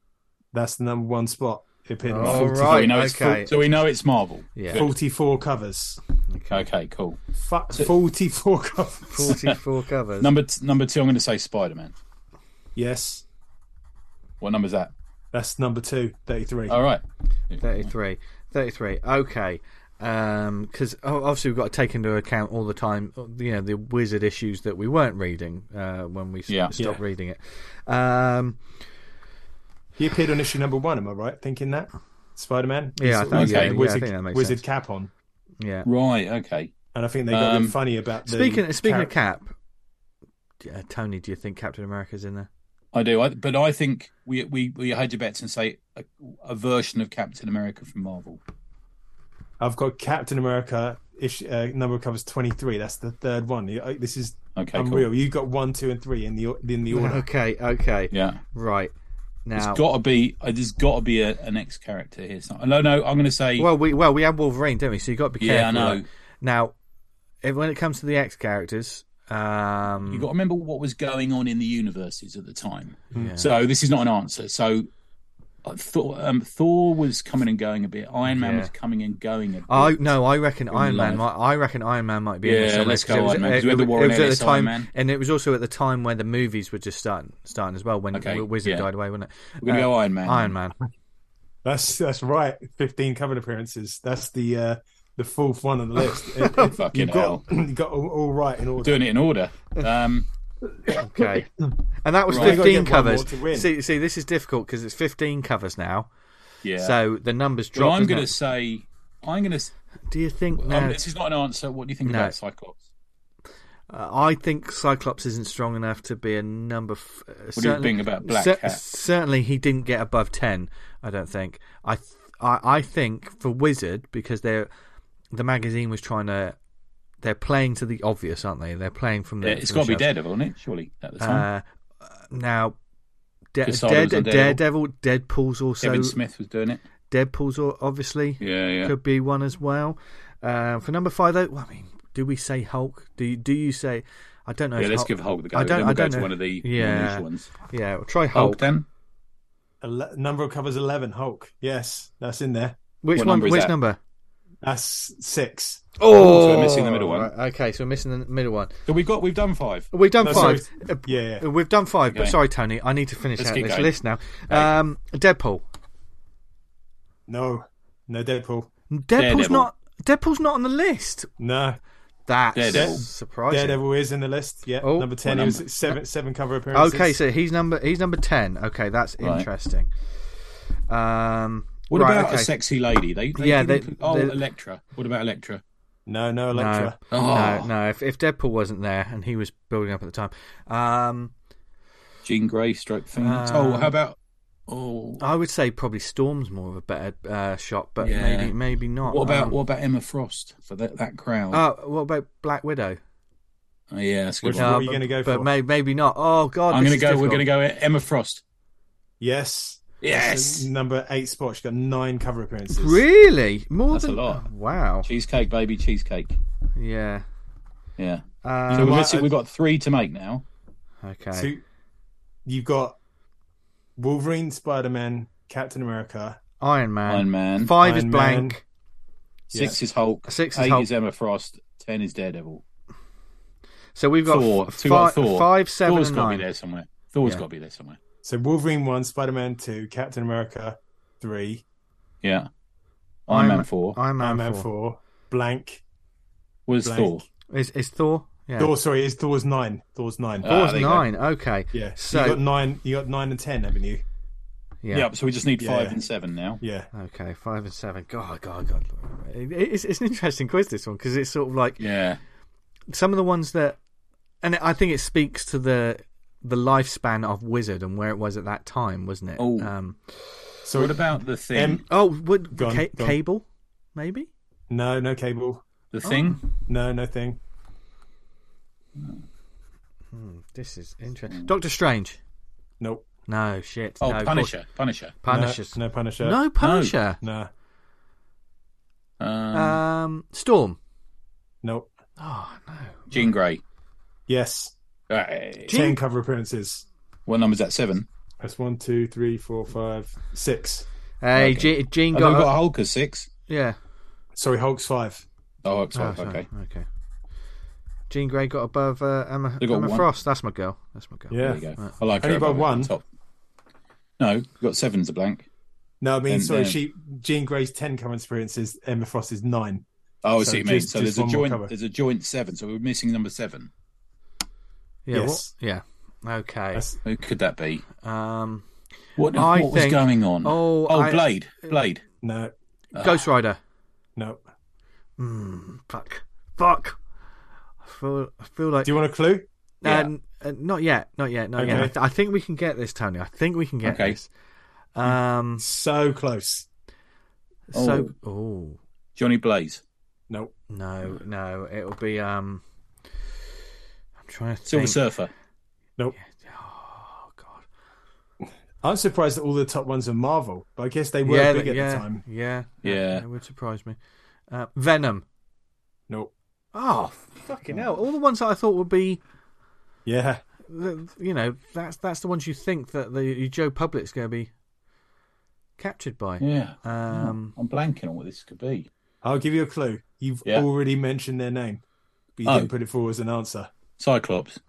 S3: that's the number one spot. It appeared on
S1: All
S3: 40
S2: So we
S1: right.
S2: know it's
S1: okay.
S2: so we know it's Marvel.
S1: Yeah.
S3: 44 covers.
S2: Okay, cool.
S3: Fuck, 44 covers.
S1: 44 covers.
S2: Number t- number two, I'm going to say Spider Man.
S3: Yes,
S2: What number's that?
S3: that's number two, 33.
S2: All right.
S1: 33 33 okay um because obviously we've got to take into account all the time uh, you know the wizard issues that we weren't reading uh when we s-
S2: Yeah.
S1: stopped
S3: Yeah.
S1: reading it um
S3: He appeared on issue number one, am I right? Thinking that? Spider Man?
S1: Yeah, I think-
S2: yeah, yeah,
S1: I
S3: wizard,
S1: think that makes
S3: wizard
S1: sense.
S3: cap on.
S1: yeah
S2: Right. Okay.
S3: And I think they got a
S2: Um,
S3: bit funny about the.
S1: speaking speaking of
S3: character-
S1: cap d- uh, tony do you think captain america's in there
S2: I do, I, but I think we we we hedge your bets and say a, a version of Captain America from Marvel.
S3: I've got Captain America, issue, uh, number of covers 23. That's the third one. You- uh, This is
S2: Okay,
S3: unreal.
S2: cool.
S3: You got one, two, and three in the or- in the order.
S1: okay okay
S2: Yeah,
S1: right now
S2: it's got to be. uh, There's got to be a, an X character here. So, no, no, I'm going to say.
S1: well we well we had wolverine didn't we so you got to be careful
S2: yeah, I know.
S1: right? now if, when it comes to the x characters um
S2: You got to remember what was going on in the universes at the time.
S1: yeah.
S2: So this is not an answer. So uh, Thor, um, Thor was coming and going a bit. Iron Man
S1: Yeah. Uh,
S2: was coming and going a bit.
S1: I no, I reckon Iron Man.
S2: life.
S1: Might, I reckon Iron Man might be. in
S2: Yeah,
S1: there somewhere,
S2: let's
S1: 'cause
S2: go
S1: it was-
S2: Iron Man,
S1: It,
S2: 'cause we had the
S1: it
S2: Warren
S1: was at the
S2: Ellis Iron
S1: time,
S2: Man.
S1: and it was also at the time when the movies were just starting, starting as well. When
S2: Okay,
S1: the Wizard
S2: yeah.
S1: died away, wasn't it?
S2: We're going to
S1: Uh,
S2: go Iron Man.
S1: Iron Man.
S3: That's that's right. 15 cover appearances. That's the uh, the fourth one on the list. It- it-
S2: Fucking
S3: you
S2: hell.
S3: got, you got all, all right in order.
S2: Doing it in order. Um,
S1: Okay, and that was
S2: Right.
S3: You
S1: fifteen
S3: gotta get one more
S1: covers.
S3: to win.
S1: See, see, this is difficult because it's fifteen covers now.
S2: yeah.
S1: So the numbers
S2: well,
S1: drop.
S2: I'm going to
S1: to.
S2: say. I'm going to.
S1: Do you think now?
S2: Um, this is not an answer. What do you think
S1: No.
S2: about Cyclops?
S1: Uh, I think Cyclops isn't strong enough to be a number. F- uh,
S2: What do you
S1: certainly-
S2: think about Black
S1: cer-
S2: Cat?
S1: Certainly, he didn't get above ten. I don't think. I th- I, I think for Wizard because they're the magazine was trying to they're playing to the obvious, aren't they? They're playing from the.
S2: Yeah, Uh, it's
S1: from
S2: got
S1: the
S2: to be
S1: shelf.
S2: Daredevil, isn't it? Surely at the time.
S1: Uh, now, De-
S2: Because Silas
S1: Dead,
S2: and
S1: Daredevil, Deadpool's also
S2: Kevin Smith was doing it.
S1: Deadpool's o- obviously
S2: Yeah, yeah.
S1: could be one as well. Uh, for number five, though, well, I mean, Do we say Hulk? Do you, do you say? I don't know.
S2: Yeah,
S1: if
S2: let's
S1: Hulk-
S2: give Hulk the go.
S1: I
S2: I
S1: don't-
S2: then
S1: I
S2: we'll go
S1: don't
S2: to
S1: know.
S2: one of the
S1: Yeah.
S2: yeah. ones.
S1: Yeah, we'll try
S2: Hulk,
S1: Hulk.
S2: then.
S3: Ele- number of covers 11, Hulk. Yes, that's in there.
S1: which
S2: What
S1: one?
S2: number is
S1: which
S2: that?
S1: number?
S3: That's six.
S2: Oh, so we're missing the middle one.
S1: Right, okay, so we're missing the middle one.
S2: So we've got we've done five.
S1: We've done
S3: No,
S1: five.
S3: sorry.
S1: Uh,
S3: Yeah, yeah.
S1: We've done five, but
S2: Okay.
S1: sorry, Tony, I need to finish
S2: Let's
S1: out
S2: keep
S1: this
S2: going.
S1: list now. Um, Deadpool.
S3: No, no Deadpool.
S1: Deadpool's
S2: Daredevil.
S1: not. Deadpool's not on the list.
S3: No,
S1: That's
S2: Daredevil.
S1: surprising.
S3: Daredevil is in the list. Yeah,
S1: Oh,
S3: number ten.
S2: what
S3: He was
S2: number?
S3: at seven seven cover appearances.
S1: Okay, so he's number he's number ten. Okay, that's
S2: Right.
S1: interesting. Um,
S2: What
S1: right,
S2: about
S1: okay.
S2: a sexy lady? They, they
S1: Yeah,
S2: didn't
S1: they-
S2: put- oh
S1: they-
S2: Electra. What about Electra?
S3: no,
S1: No,
S3: no Electra.
S1: no,
S2: Oh,
S1: no. If, if Deadpool wasn't there and he was building up at the time, um,
S2: Jean Grey, stroke thing.
S1: Uh,
S2: oh, how about oh?
S1: I would say probably Storm's more of a better uh, shot, but
S2: Yeah.
S1: maybe maybe not.
S2: What about
S1: Um,
S2: what about Emma Frost for that that crowd?
S1: Oh, what about Black Widow? Uh,
S2: Oh, yeah, that's a good.
S3: Which
S2: one.
S3: are you gonna go
S1: but
S3: for?
S1: may- maybe not. Oh God,
S2: I'm
S1: this
S2: going to
S1: is
S2: go. We're
S1: difficult.
S2: going to go Emma Frost.
S3: Yes, That's
S2: Yes,
S3: the number eight spot. She got nine cover appearances.
S1: Really, more
S2: That's a
S1: than
S2: lot.
S1: Wow.
S2: cheesecake, baby, cheesecake.
S1: Yeah.
S2: Yeah.
S1: Um,
S2: So we're
S3: my-
S2: missing, we've got three to make now.
S1: okay.
S3: So you've got Wolverine, Spider Man, Captain America.
S1: Iron Man.
S2: Iron Man.
S1: Five
S3: Iron
S1: is
S3: Man.
S1: blank.
S2: Six is Hulk.
S1: Six is
S2: Eight
S1: Hulk.
S2: is Emma Frost. Ten is Daredevil.
S1: So we've got
S2: Thor.
S1: f-
S2: Two
S1: fi-
S2: got Thor.
S1: five, seven,
S2: Thor's
S1: and
S2: got to be
S1: nine.
S2: there somewhere. Thor's
S1: Yeah.
S2: got to be there somewhere.
S3: So Wolverine one, Spider Man two, Captain America three,
S2: Yeah. Iron Man
S1: Iron-
S2: four.
S1: Iron Man,
S3: Iron Man
S1: four.
S3: four, blank.
S2: Where's
S3: Blake.
S2: Thor?
S1: Is is Thor? Yeah.
S3: Thor, sorry, it's Thor's nine. Thor's nine.
S2: Ah,
S1: Thor's
S2: there you go.
S1: nine. Okay.
S3: yeah. So you
S1: So
S3: got nine. You got nine and ten, haven't you?
S1: yeah.
S2: Yep. So we just need
S3: Yeah,
S2: five
S3: yeah.
S2: and seven now.
S3: Yeah.
S1: Okay, five and seven. God, God, God. It- It's, it's an interesting quiz this one because it's sort of like
S2: Yeah.
S1: some of the ones that, and I think it speaks to the the lifespan of Wizard and where it was at that time, wasn't it?
S2: Oh.
S1: um,
S3: So
S2: what about the thing?
S3: Um,
S1: oh, would
S3: Go on,
S1: ca-
S3: go on.
S1: Cable maybe?
S3: no, no cable.
S2: the thing?
S3: No, no thing.
S1: This is interesting. Doctor Strange.
S3: Nope.
S1: No shit.
S2: Oh,
S1: no, of
S2: Punisher.
S1: course-
S2: Punisher.
S3: No,
S1: Punishers.
S3: No, Punisher.
S1: No, Punisher.
S3: No.
S2: Um,
S1: Um, Storm.
S3: Nope.
S1: Oh no.
S2: Jean Grey.
S3: Yes.
S2: Right.
S1: Jean-
S3: Ten cover appearances.
S2: What number's that? Seven.
S3: That's one, two, three, four, five, six.
S1: Hey, Je-
S2: Okay.
S1: Jean
S2: And then
S1: got.
S2: we've
S1: a-
S2: got Hulk as six.
S1: yeah.
S3: Sorry, Hulk's five.
S2: Oh, it's
S1: Oh,
S2: five.
S1: sorry.
S2: okay.
S1: Okay. Jean Grey got above uh, Emma,
S2: They got
S1: Emma
S2: one.
S1: Frost. That's my girl. That's my girl.
S2: There
S3: Yeah.
S2: you go. I like
S3: Only
S2: her
S3: by
S2: above it,
S3: one?
S2: Top. No, we've got seven's a blank.
S3: No, I mean,
S2: And
S3: sorry,
S2: then-
S3: she Jean Grey's ten cover appearances. Emma Frost is nine.
S2: Oh, I
S3: So
S2: see what you mean.
S3: just-
S2: So there's
S3: just
S2: a
S3: one more
S2: joint.
S3: cover.
S2: There's a joint seven. So we're missing number seven.
S1: Yeah.
S3: Yes.
S1: what- yeah. Okay.
S3: That's
S2: Who could that be?
S1: Um,
S2: What,
S1: I
S2: what was
S1: think-
S2: going on?
S1: oh, I-
S2: Blade. Blade.
S3: no,
S1: Ghost Rider.
S3: no.
S1: Mm, fuck. Fuck. I feel. I feel like.
S3: Do you want a clue?
S2: yeah.
S1: um, uh, not yet. Not yet. Not yet.
S3: Okay.
S1: I, th- I think we can get this, Tony. I think we can get
S2: Okay. Mm.
S1: this. Um.
S3: So close.
S1: So. Oh.
S2: Johnny Blaze.
S3: Nope.
S1: No. No. It'll be. Um. I'm trying to
S2: Silver
S1: think.
S2: Surfer.
S1: Oh God.
S3: I'm surprised that all the top ones are Marvel, but I guess they were big at
S1: yeah,
S3: the time.
S1: Yeah,
S2: Yeah.
S1: It would surprise me. Uh, Venom.
S3: Nope.
S1: Oh, fucking hell! All the ones that I thought would be,
S3: Yeah.
S1: the- you know, that's that's the ones you think that the Joe Public's going to be captured by.
S2: Yeah.
S1: Um,
S2: I'm blanking on what this could be.
S3: I'll give you a clue. You've
S2: Yeah.
S3: already mentioned their name, but you
S2: Oh.
S3: didn't put it forward as an answer.
S2: Cyclops.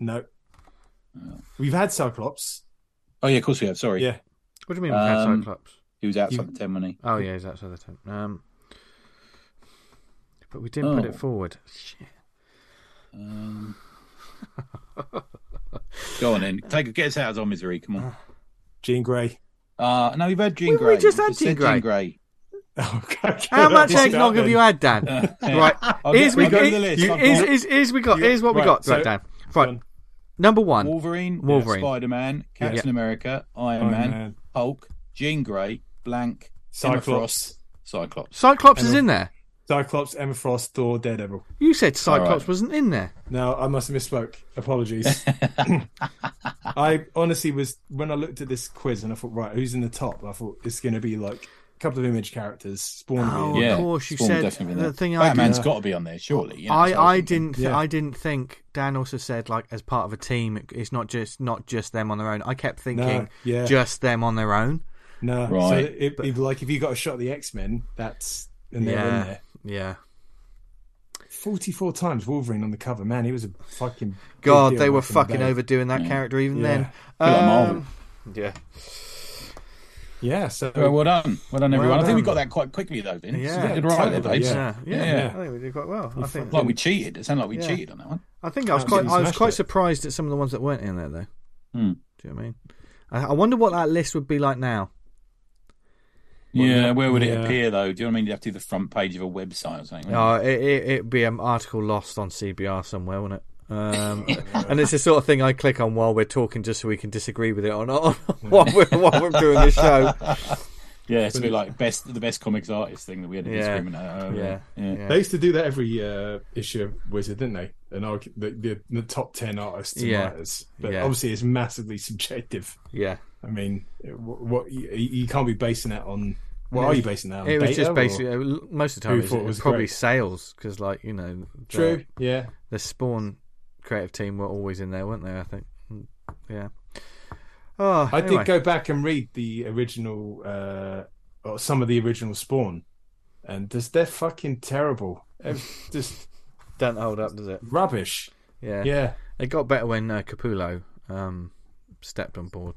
S3: No. We've had Cyclops.
S2: Oh yeah, of course we have. Sorry,
S3: Yeah.
S1: what do you mean we've had
S2: Um,
S1: Cyclops?
S2: he was outside the ten money.
S1: Oh yeah, he's outside the tent. Um, but we didn't put it
S2: Oh.
S1: forward. Shit.
S2: Um, go on then. Take get us out of our misery. Come on.
S3: Jean Grey.
S2: Uh no, we've had Jean
S1: We- we
S2: Grey.
S1: just had
S2: said
S1: Jean Grey.
S3: Okay.
S1: How much
S3: Well,
S1: eggnog have
S3: then.
S1: you had, Dan? right,
S2: I've-
S1: here's we
S2: I've got
S1: got.
S2: the list.
S1: you-
S2: I've
S1: Here's
S2: got-
S1: here's- here's we got.
S3: Yeah.
S1: Here's what we
S3: Right,
S1: got.
S3: so-
S1: Right, Dan. Right,
S3: Done.
S1: number one.
S2: Wolverine,
S1: Wolverine.
S2: Spider Man, Captain America, Iron,
S3: Iron
S2: Man,
S3: Man.
S2: Hulk, Jean Grey, Blank,
S3: Cyclops.
S2: Emma Frost, Cyclops.
S1: Cyclops is
S3: Hang on.
S1: in there.
S3: Cyclops, Emma Frost, Thor, Daredevil.
S1: You said Cyclops
S2: right.
S1: wasn't in there.
S3: No, I must have misspoke. Apologies. I honestly was when I looked at this quiz and I thought, right, who's in the top? I thought it's going to be like couple of image characters spawned
S1: Oh, of
S3: me.
S2: yeah,
S1: course, you
S2: Spawn
S1: said
S2: definitely been
S1: the
S2: there.
S1: thing I
S2: Batman's
S1: did- uh,
S2: got to be on there, surely. you know, so
S1: I, I
S2: think-
S1: didn't th-
S3: yeah.
S1: I didn't think Dan also said like as part of a team it, it's not just not just them on their own. I kept thinking
S3: yeah.
S1: just them on their own.
S3: No, so
S2: Right.
S3: it, it, like if you got a shot at the X Men, that's and they're in
S1: Yeah.
S3: there.
S1: Yeah.
S3: Forty-four times Wolverine on the cover, man. He was a fucking big
S1: God,
S3: deal
S1: they were
S3: back in the
S1: fucking
S3: day.
S1: overdoing that character even
S3: Yeah.
S1: then.
S2: Look at Marvel.
S1: Um, yeah.
S3: Yeah, so
S2: Well, well done, well done, everyone. I
S1: done.
S2: think we got that quite quickly though. Vince.
S1: Yeah,
S2: we did all right there,
S3: totally,
S2: babes.
S1: Yeah. Yeah.
S2: Yeah.
S1: I think we did quite well. I think
S2: Like we cheated. It sounded like we
S1: Yeah.
S2: cheated on that one.
S1: I think I was quite
S3: Absolutely
S1: I was
S3: smashed
S1: quite
S3: it.
S1: surprised at some of the ones that weren't in there though.
S2: Hmm.
S1: Do you know what I mean? I, I wonder what that list would be like now.
S2: yeah, where would it
S3: yeah.
S2: appear though? Do you know what I mean? You would have to do the front page of a website or something. wouldn't
S1: Oh, it, it, it'd be an article lost on CBR somewhere, wouldn't it? Um, and it's the sort of thing I click on while we're talking, just so we can disagree with it or not while we're while we're doing the show.
S2: it? yeah, it's a bit like best the best comics artist thing that we had to
S1: Yeah.
S2: discriminate. over.
S1: Yeah,
S2: yeah.
S1: yeah.
S3: they used to do that every uh, issue of Wizard, didn't they? And arg- the, the, the top ten artists and
S1: Yeah.
S3: writers, but
S1: Yeah.
S3: obviously it's massively subjective.
S1: Yeah,
S3: I mean, it- wh- what you, you can't be basing that on. What
S1: It
S3: are
S1: was-
S3: you basing that on?
S1: it was
S3: data
S1: just
S3: or-
S1: basically most of the time
S3: Who
S1: it was,
S3: thought it was
S1: probably
S3: great?
S1: sales because, like you know, the,
S3: true. Yeah,
S1: The Spawn creative team were always in there, weren't they? I think. Mm, Yeah. Oh,
S3: I
S1: anyway.
S3: did go back and read the original, uh, or some of the original Spawn, and just they're fucking terrible. It's just
S1: don't hold up, does it?
S3: rubbish.
S1: Yeah.
S3: uh, Yeah,
S1: It got better when uh, Capullo um, stepped on board.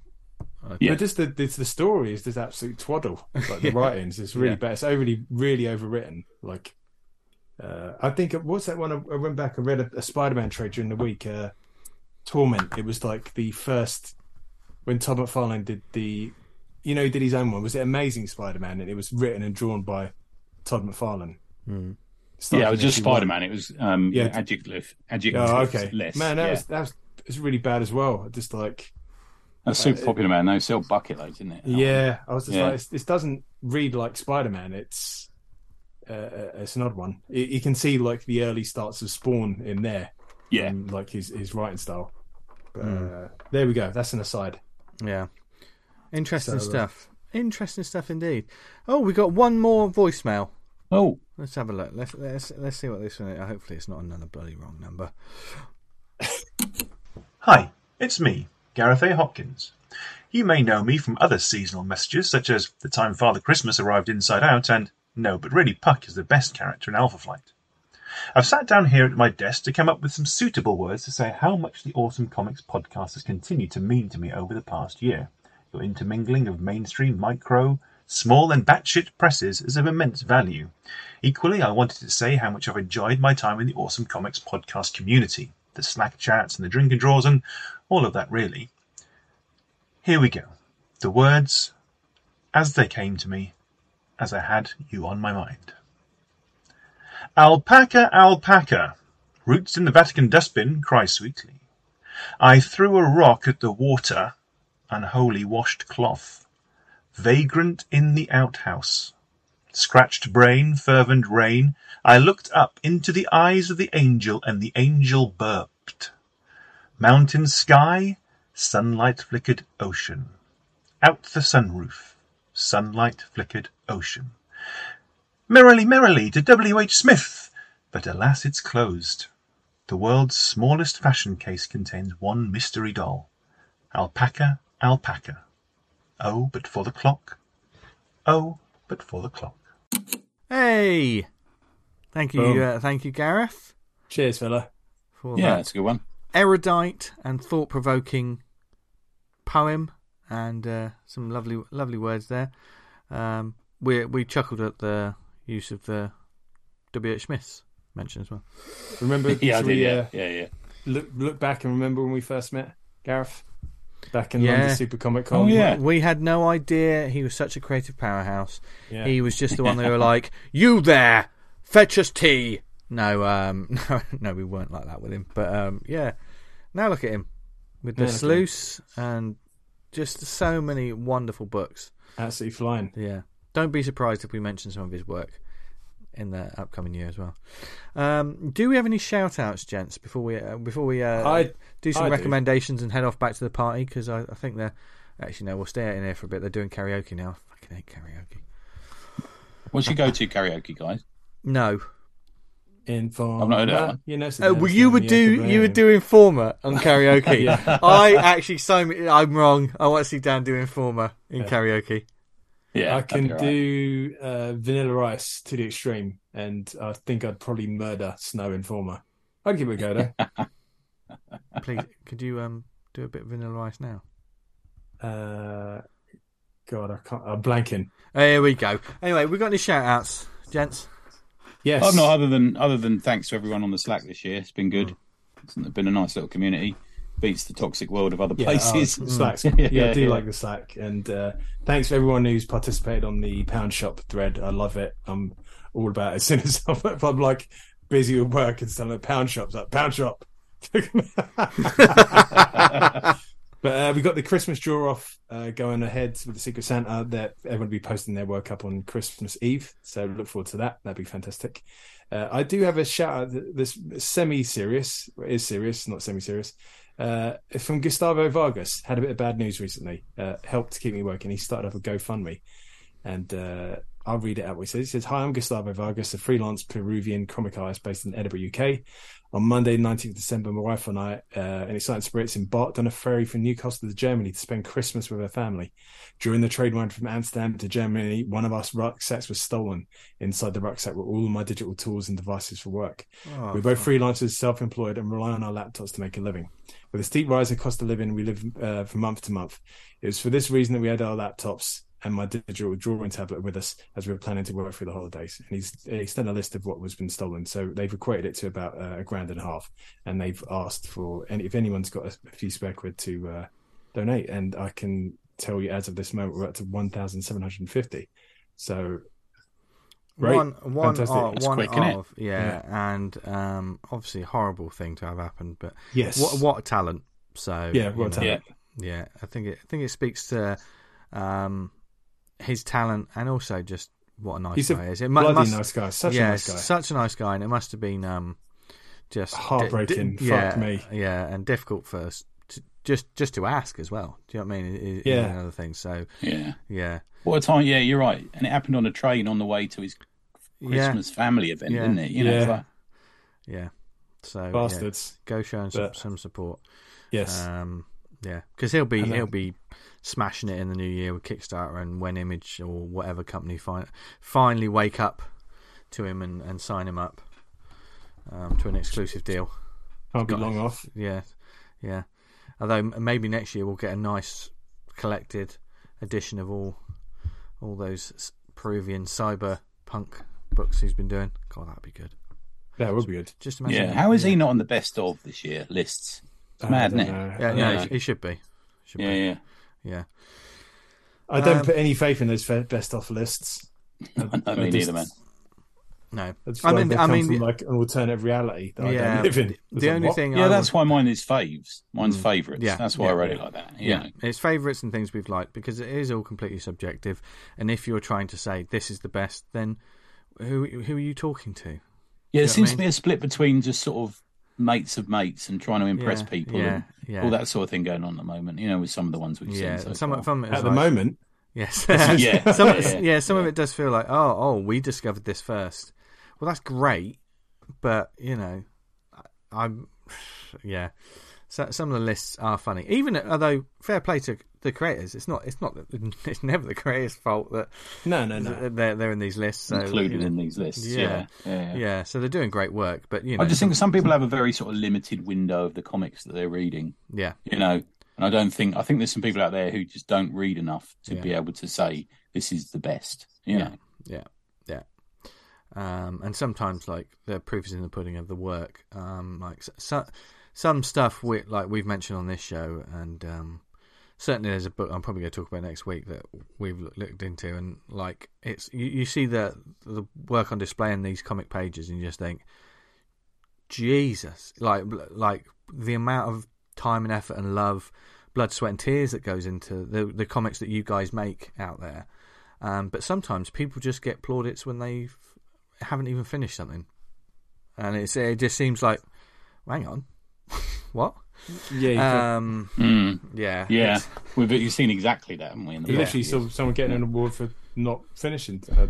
S2: Yeah.
S3: but just the, the the story is just absolute twaddle. Like the
S1: Yeah.
S3: writings, it's really
S1: Yeah.
S3: bad. It's overly, really overwritten. Like, uh, I think it was that one. I, I went back and read a, a Spider-Man trade during the week. Uh, Torment. It was like the first when Todd McFarlane did the, you know, he did his own one. Was it Amazing Spider-Man? And it was written and drawn by Todd McFarlane.
S1: Mm.
S2: Hmm. Yeah, it was just
S3: Starting issue one.
S2: Spider Man. It was um,
S3: Yeah.
S2: adjective, adjective
S3: Oh, okay.
S2: list.
S3: Man, that
S2: yeah.
S3: was that was it's really bad as well. Just like
S2: That's super popular, man. They sell bucket loads, didn't it?
S3: yeah, I was just
S2: Yeah.
S3: like this, this doesn't read like Spider Man. It's uh, uh, it's an odd one. You, you can see like the early starts of Spawn in there.
S2: Yeah. Hmm.
S3: and, like his his writing style. But, uh, there we go. That's an aside.
S1: Yeah. Interesting
S3: So, uh,
S1: stuff. Interesting stuff indeed. Oh, we got one more voicemail.
S2: Oh,
S1: Let's have a look. Let's let's let's see what this one is. Uh, Hopefully it's not another bloody wrong number.
S6: Hi, it's me, Gareth A. Hopkins. You may know me from other seasonal messages, such as The Time Father Christmas Arrived Inside Out and No, but really, Puck is the best character in Alpha Flight. I've sat down here at my desk to come up with some suitable words to say how much the Awesome Comics podcast has continued to mean to me over the past year. Your intermingling of mainstream, micro, small, and batshit presses is of immense value. Equally, I wanted to say how much I've enjoyed my time in the Awesome Comics podcast community, the Slack chats and the drink and draws and all of that, really. Here we go. The words as they came to me, as I had you on my mind. Alpaca, alpaca, roots in the Vatican dustbin cry sweetly. I threw a rock at the water, unholy washed cloth, vagrant in the outhouse scratched brain, fervent rain, I looked up into the eyes of the angel, and the angel burped. Mountain sky, sunlight flickered ocean. Out the sunroof, sunlight flickered ocean. Merrily, merrily to W. H. Smith, but alas, it's closed. The world's smallest fashion case contains one mystery doll. Alpaca, alpaca. Oh, but for the clock. Oh, but for the clock.
S1: Hey. Thank you
S3: Boom.
S1: uh, thank you Gareth
S3: Cheers, fella.
S1: for
S2: yeah,
S1: that
S2: that's a good one.
S1: erudite and thought-provoking poem and uh, some lovely lovely words there. Um we we chuckled at the use of the W.H. Smith's mention as well.
S3: Remember?
S2: Yeah, I
S3: should
S2: did.
S3: we,
S2: Yeah,
S3: uh,
S2: yeah, yeah.
S3: look look back and remember when we first met, Gareth, back in
S1: Yeah.
S3: London Super Comic Con.
S2: Oh, yeah.
S1: We had no idea he was such a creative powerhouse.
S3: Yeah.
S1: He was just the one that were like, "You there, fetch us tea." No, um, no, no, we weren't like that with him. But um, yeah, now look at him with the
S3: Yeah, look at him.
S1: sluice and just so many wonderful books.
S3: absolutely flying.
S1: Yeah, don't be surprised if we mention some of his work in the upcoming year as well. Um, do we have any shout outs, gents? Before we uh, before we uh,
S3: I-
S1: do some
S3: I do.
S1: recommendations and head off back to the party because I, I think they're actually no, we'll stay out in here for a bit. They're doing karaoke now. I fucking hate karaoke.
S2: What's your go-to karaoke, guys?
S1: No.
S3: Informer.
S2: I've not heard that one.
S3: You know, it's the
S1: Uh, well, you
S3: dance
S1: would
S3: name, yeah,
S1: do
S3: the
S1: you would
S3: brain.
S1: do Informer on karaoke. I actually so I'm wrong. I want to see Dan do Informer in karaoke.
S2: Yeah,
S3: I
S2: that'd be
S3: can
S2: all right.
S3: do uh, Vanilla Ice to the extreme, and I think I'd probably murder Snow Informer. I'd give it a go though.
S1: Please, could you um do a bit of Vanilla Ice now?
S3: uh, God, I can't. I'm blanking.
S1: Here we go. Anyway, we got any shout outs, gents?
S3: Yes,
S2: I've not other than other than thanks to everyone on the Slack this year. It's been
S3: Mm.
S2: good. It's been a nice little community. Beats the toxic world of other
S3: Yeah,
S2: places.
S3: oh, Slack's-
S2: Yeah,
S3: yeah, I do
S2: yeah.
S3: like the Slack, and uh, thanks for everyone who's participated on the Pound Shop thread. I love it. I'm all about it. As soon as I'm, if I'm like busy with work and stuff, like Pound Shop's like Pound Shop. But uh, we got the Christmas draw off uh, going ahead with the Secret Santa that everyone will be posting their work up on Christmas Eve. So look forward to that. That'd be fantastic. Uh, I do have a shout out th- this semi serious, is serious, not semi serious, uh, from Gustavo Vargas. Had a bit of bad news recently. Uh, helped to keep me working. He started up a GoFundMe. And uh, I'll read it out what he says. He says, Hi, I'm Gustavo Vargas, a freelance Peruvian comic artist based in Edinburgh, UK. On Monday, 19th December, my wife and I, uh, in exciting spirits, embarked on a ferry from Newcastle to Germany to spend Christmas with her family. During the trade ride from Amsterdam to Germany, one of our rucksacks was stolen. Inside the rucksack were all my digital tools and devices for work.
S1: Oh,
S3: We're both freelancers, self employed, and rely on our laptops to make a living. With a steep rise in cost of living, we live uh, from month to month. It was for this reason that we had our laptops and my digital drawing tablet with us as we were planning to work through the holidays. And he's he's done a list of what was been stolen. So they've equated it to about uh, a grand and a half. And they've asked for any if anyone's got a, a few spare quid to uh, donate. And I can tell you as of this moment, we're up to one thousand seven hundred and fifty. So Great.
S1: One, one,
S3: Fantastic.
S1: of,
S2: It's
S1: one
S2: quick, innit?
S1: of, yeah, and um, obviously a horrible thing to have happened, but
S3: yes,
S1: what, what a talent! So
S3: Yeah, what a
S1: you know,
S3: talent.
S2: Yeah.
S1: Yeah, I think it. I think it speaks to um, his talent and also just what a nice
S3: He's a
S1: guy he is. It mu-
S3: bloody
S1: must-
S3: nice guy, such
S1: yeah,
S3: a nice guy.
S1: such a nice guy, and it must have been um, just di- di-
S3: Heartbreaking, fuck
S1: yeah,
S3: me.
S1: Yeah, and difficult for us to, just just to ask as well. Do you know what I mean? Is- is
S3: Yeah.
S1: another thing. So
S2: Yeah.
S1: yeah,
S2: What a time. Yeah, you're right. And it happened on a train on the way to his
S1: yeah,
S2: Christmas family event,
S1: Yeah.
S2: didn't it? You know, it's
S3: Yeah.
S2: like-
S1: yeah. So yeah,
S3: Bastards.
S1: go showing some,
S3: But-
S1: some support.
S3: Yes.
S1: Um, yeah, because he'll be
S3: And then-
S1: he'll be smashing it in the new year with Kickstarter and when Image or whatever company fin- finally wake up to him and, and sign him up um, to an exclusive deal.
S3: Can't be
S1: guys.
S3: long off.
S1: Yeah, yeah. Although m- maybe next year we'll get a nice collected edition of all all those s- Peruvian cyber punk books he's been doing. God, that'd be good.
S3: That would be good.
S1: Just
S2: yeah.
S1: imagine.
S2: How is he not on the best of this year lists? It's mad, isn't
S3: I don't
S2: it?
S3: know.
S1: Yeah, no,
S2: Yeah.
S1: he- he should be. Should
S2: Yeah,
S1: be.
S2: yeah.
S1: Yeah.
S3: I don't
S1: Um,
S3: put any faith in those fe- best off lists. I,
S2: No, me neither, man.
S1: No.
S3: That's
S1: I
S3: I
S1: mean-
S3: mean,
S1: I
S3: I
S1: mean-
S3: mean, like an alternative reality that I
S1: yeah.
S3: don't live in.
S1: the-
S3: It's
S1: The
S3: like,
S1: only
S3: what?
S1: thing.
S2: Yeah,
S1: I
S2: that's
S1: would-
S2: why mine is faves. Mine's favourites.
S1: Yeah.
S2: That's why I wrote it like that. you
S1: Yeah.
S2: know.
S1: It's favourites and things we've liked because it is all completely subjective. And if you're trying to say this is the best, then who who are you talking to?
S2: Yeah,
S1: You know
S2: it
S1: what I
S2: seems
S1: mean?
S2: to be a split between just sort of mates of mates and trying to impress
S1: Yeah,
S2: people
S1: yeah,
S2: and
S1: yeah.
S2: all that sort of thing going on at the moment, you know, with some of the ones we've
S1: Yeah,
S2: seen. So
S1: and some
S2: far.
S1: of- some of it
S3: at
S1: is
S3: the
S1: like-
S3: moment,
S1: yes,
S2: Yeah.
S1: some
S2: Yeah,
S1: yeah,
S2: yeah.
S1: some of it does feel like oh oh we discovered this first. Well, that's great, but you know, I, I'm yeah. So, some of the lists are funny. Even although fair play to the creators, it's not it's not it's never the creators' fault that
S3: no, no, no.
S1: they're they're in these lists. So,
S2: included
S1: you know,
S2: in these lists.
S1: yeah.
S2: Yeah. Yeah.
S1: yeah. so they're doing great work, but you know,
S2: I just think some people have a very sort of limited window of the comics that they're reading,
S1: yeah.
S2: you know. And I don't think I think there's some people out there who just don't read enough to be able to say this is the best. You know.
S1: Yeah, yeah. Um, and sometimes like the proof is in the pudding of the work. Um, like so, so, some stuff we like we've mentioned on this show, and um, certainly there's a book I'm probably going to talk about next week that we've loo- looked into, and like it's you, you see the the work on display in these comic pages, and you just think, Jesus, like like the amount of time and effort and love, blood, sweat, and tears that goes into the the comics that you guys make out there. Um, but sometimes people just get plaudits when they haven't even finished something, and it's it just seems like, hang on, what?
S3: Yeah, you can't-
S1: Um,
S2: Mm.
S1: yeah,
S2: Yeah.
S1: it's-
S2: We've you've seen exactly that, haven't we? In the
S3: you
S2: past
S3: literally
S2: years?
S3: saw someone getting an award for not finishing. Uh,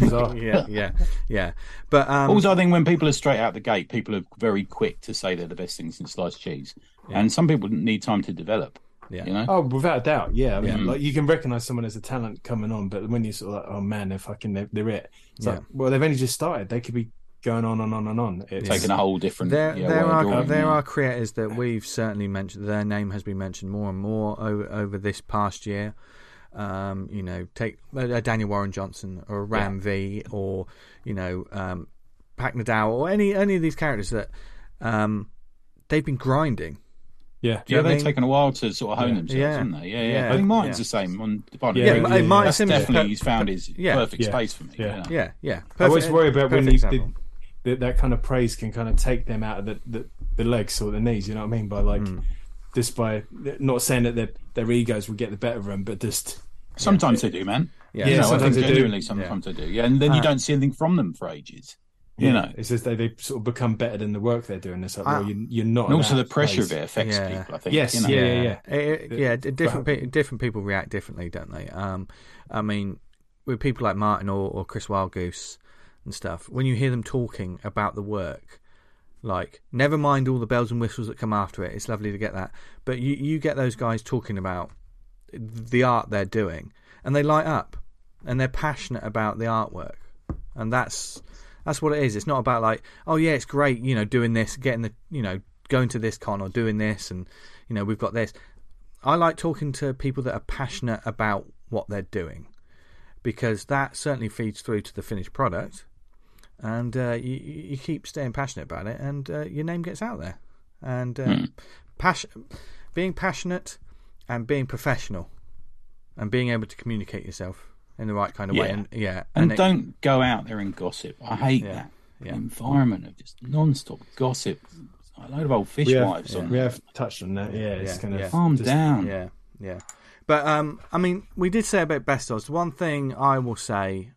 S3: bizarre.
S1: yeah, yeah, yeah. But um,
S2: Also, I think when people are straight out the gate, people are very quick to say they're the best thing since sliced cheese, and some people need time to develop.
S1: Yeah.
S2: You know,
S3: Oh, without a doubt, yeah. I mean,
S1: Mm.
S3: like you can recognize someone as a talent coming on, but when you sort of like, oh man, they're fucking, they're, they're it. It's
S1: Yeah.
S3: like, well, they've only just started. They could be going on and on and on. It's
S2: taking a whole different.
S1: there,
S2: yeah,
S1: there
S2: way of
S1: are
S2: drawing,
S1: there
S2: yeah.
S1: are creators that we've certainly mentioned. Their name has been mentioned more and more over, over this past year. Um, you know, take a Daniel Warren Johnson or a Ram V or you know um, Pac Nadal or any any of these characters that um, they've been grinding.
S3: yeah,
S2: Yeah,
S1: know what I
S2: they've
S1: mean?
S2: taken a while to sort of hone themselves,
S1: Yeah.
S2: haven't they? Yeah, yeah.
S1: Yeah.
S2: I think Martin's
S1: Yeah.
S2: the same on Divine
S3: Yeah,
S1: Yeah,
S2: Fury.
S1: Ma- Martin
S2: That's
S1: Simmons-
S2: definitely he's
S1: per-
S2: found his
S1: yeah.
S2: perfect
S3: Yeah.
S2: space for me.
S3: Yeah.
S2: Yeah.
S1: Yeah, yeah.
S3: I always
S1: Perfect-
S3: worry about when
S1: perfect
S3: you
S1: example.
S3: did that, that kind of praise can kind of take them out of the, the, the legs or the knees. You know what I mean? By like,
S2: Hmm.
S3: just by not saying that their their egos will get the better of them, but just
S2: Sometimes they do, man.
S1: Yeah.
S2: You
S3: Yeah,
S2: know, I think
S3: sometimes they do.
S2: genuinely sometimes they do. Yeah, and then you don't see anything from them for ages. You know,
S3: it's just they they sort of become better than the work they're doing. It's like,
S1: Ah.
S3: well, you, you're not.
S2: and
S3: in
S2: also the
S3: that
S2: pressure
S3: place.
S2: of it affects
S1: Yeah.
S2: people. I think.
S3: Yes,
S2: You know?
S3: yeah, yeah, yeah.
S1: It- it- yeah, d- different pe- different people react differently, don't they? Um, I mean, with people like Martin or, or Chris Wildgoose and stuff, when you hear them talking about the work, like never mind all the bells and whistles that come after it, it's lovely to get that, but you you get those guys talking about the art they're doing, and they light up, and they're passionate about the artwork, and that's that's what it is. It's not about like, oh yeah, it's great, you know, doing this, getting the, you know, going to this con or doing this, and you know, we've got this. I like talking to people that are passionate about what they're doing because that certainly feeds through to the finished product, and uh, you, you you keep staying passionate about it, and uh, your name gets out there. And uh,
S2: Hmm.
S1: passion, being passionate, and being professional, and being able to communicate yourself in the right kind of way,
S2: Yeah.
S1: and yeah,
S2: And,
S1: it-
S2: don't go out there and gossip. I hate that
S1: yeah.
S2: environment of just non-stop gossip. A load of old
S3: We have,
S2: fishwives on.
S3: we have touched on that. Yeah, it's
S1: Yeah,
S3: kind of
S1: yeah.
S2: Calm
S3: just-
S2: down.
S1: Yeah, yeah. But um, I mean, we did say about best ofs. One thing I will say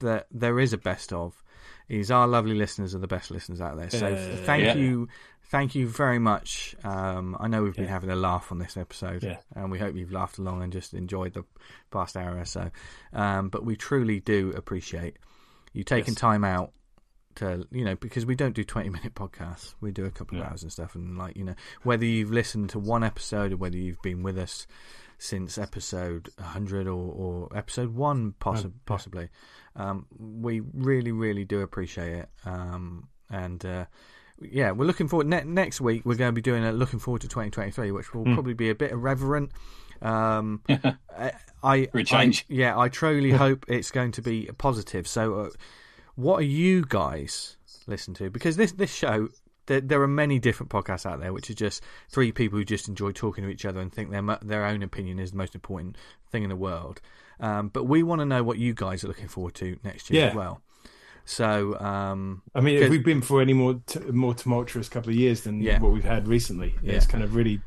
S1: that there is a best of is our lovely listeners are the best listeners out there. So thank
S2: Yeah.
S1: you, thank you very much. Um, I know we've been having a laugh on this episode,
S3: Yeah.
S1: and we hope you've laughed along and just enjoyed the past hour or so. Um, but we truly do appreciate you taking time out to you know because we don't do 20 minute podcasts we do a couple of hours and stuff and like you know whether you've listened to one episode or whether you've been with us since episode 100 or, or episode 1 possi- possibly um, we really really do appreciate it um, and uh, yeah we're looking forward ne- next week we're going to be doing a looking forward to 2023 which will probably be a bit irreverent um, I, I,
S2: For a change.
S1: I- yeah, I truly hope it's going to be positive. So, uh, what are you guys listen to? Because this this show, there, there are many different podcasts out there, which are just three people who just enjoy talking to each other and think their mo- their own opinion is the most important thing in the world. Um, but we want to know what you guys are looking forward to next year as
S3: Yeah.
S1: well. So, um,
S3: I mean, if
S1: Good.
S3: we've been for any more t- more tumultuous couple of years than
S1: Yeah.
S3: what we've had recently,
S1: Yeah.
S3: it's kind of really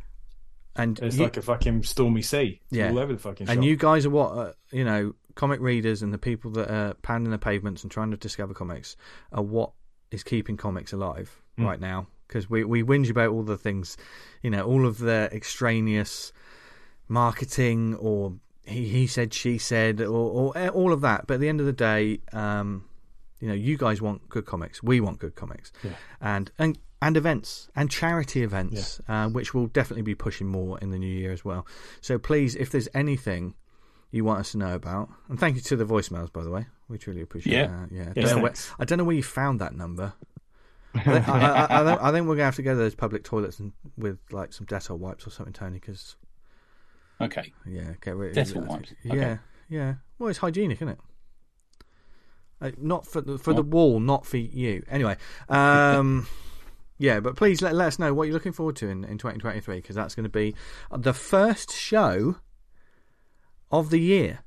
S1: and
S3: it's
S1: you-
S3: like a fucking stormy sea. It's
S1: Yeah.
S3: all over the fucking.
S1: And
S3: shop.
S1: you guys are what uh, you know, comic readers and the people that are pounding the pavements and trying to discover comics are what is keeping comics alive right now. Because we we whinge about all the things, you know, all of the extraneous marketing or he, he said she said or, or all of that. But at the end of the day, um, you know, you guys want good comics. We want good comics, and and and events and charity events, uh, which we'll definitely be pushing more in the new year as well. So please, if there's anything you want us to know about, and thank you to the voicemails by the way, we truly appreciate
S2: Yeah.
S1: that. Yeah, I
S3: Yes,
S1: don't, know where,
S3: thanks.
S1: I don't know where you found that number. I, think- I, I- I think- I think we're gonna have to go to those public toilets and with like some Dettol wipes or something, Tony, because
S2: Okay.
S1: yeah, get rid of
S2: Dettol
S1: it. I
S2: wipes,
S1: think-
S2: okay.
S1: Yeah, yeah. Well, it's hygienic, isn't it? Uh, not for the, for the wall, not for you. Anyway, um, yeah. But please let let us know what you're looking forward to in in 2023 because that's going to be the first show of the year.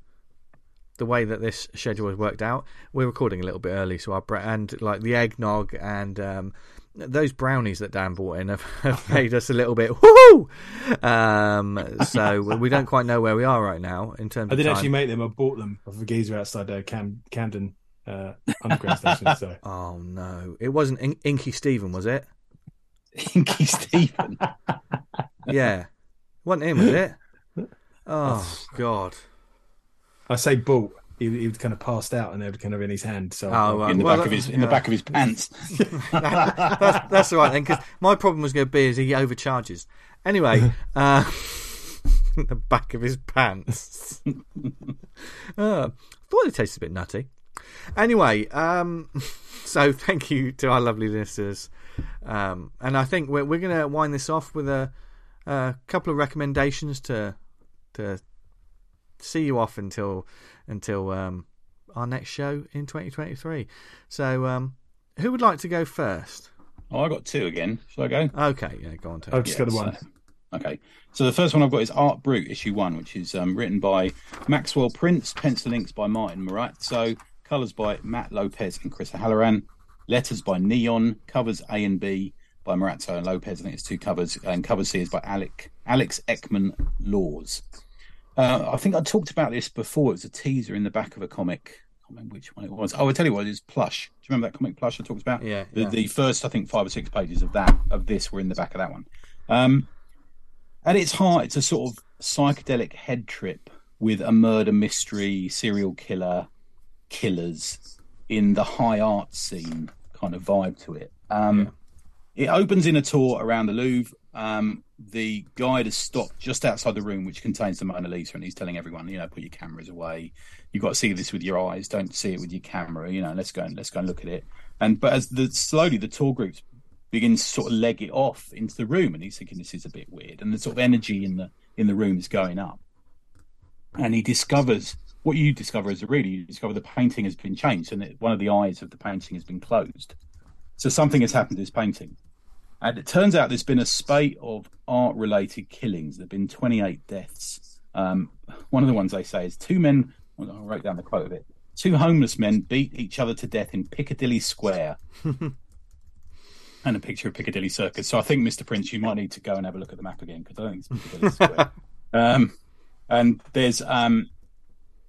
S1: The way that this schedule has worked out, we're recording a little bit early, so our bre- and like the eggnog and um, those brownies that Dan bought in have, have made us a little bit whoo. Um, so we we don't quite know where we are right now in terms.
S3: I
S1: of
S3: didn't
S1: time.
S3: actually make them. I bought them off a geezer outside uh, Cam- Camden uh, underground station. So
S1: Oh no! It wasn't In- Inky Stephen, was it?
S2: Inky Stephen.
S1: Yeah, wasn't him, was it? Oh God!
S3: I say bolt. He, he was kind of passed out and they were kind of in his hand. So I
S1: Oh,
S3: thought,
S1: right.
S2: in the
S1: Well,
S2: back of his in the
S1: yeah.
S2: back of his pants.
S1: that's, that's all right then, because my problem was going to be is he overcharges. Anyway, uh, the back of his pants. uh, thought it tasted a bit nutty. Anyway, um, so thank you to our lovely listeners, um, and I think we're we're going to wind this off with a, a couple of recommendations to to see you off until until um, our next show in 2023. So, um, who would like to go first?
S2: Oh, I got two again. Shall I go?
S1: Okay, yeah, go on. Ted.
S3: I've just got the
S2: Yeah,
S3: one.
S2: so- okay. So the first one I've got is Art Brut issue one, which is um, written by Maxwell Prince, pencil inks by Martin Morazzo, colours by Matt Lopez and Chris Halloran, letters by Neon, covers A and B by Morazzo and Lopez. I think it's two covers, and cover C is by Alec Alex Ekman Laws. Uh, I think I talked about this before. It was a teaser in the back of a comic. I can't remember which one it was. Oh, I'll tell you what, it is Plush. Do you remember that comic Plush I talked about?
S1: Yeah,
S2: The,
S1: yeah.
S2: the first, I think, five or six pages of that of this were in the back of that one. Um, at its heart, it's a sort of psychedelic head trip with a murder mystery, serial killer, killers in the high art scene kind of vibe to it. Um, It opens in a tour around the Louvre. Um, the guide has stopped just outside the room which contains the Mona Lisa, and he's telling everyone, you know, put your cameras away. You've got to see this with your eyes. Don't see it with your camera. You know, let's go and let's go and look at it. And but as the slowly the tour groups begins to sort of leg it off into the room, and he's thinking this is a bit weird. And the sort of energy in the in the room is going up and he discovers what you discover is really you discover the painting has been changed and that one of the eyes of the painting has been closed so something has happened to this painting and it turns out there's been a spate of art related killings there have been 28 deaths um, one of the ones they say is two men i wrote down the quote of it two homeless men beat each other to death in piccadilly square and a picture of piccadilly circus so i think mr prince you might need to go and have a look at the map again because i don't think it's piccadilly square um, and there's um,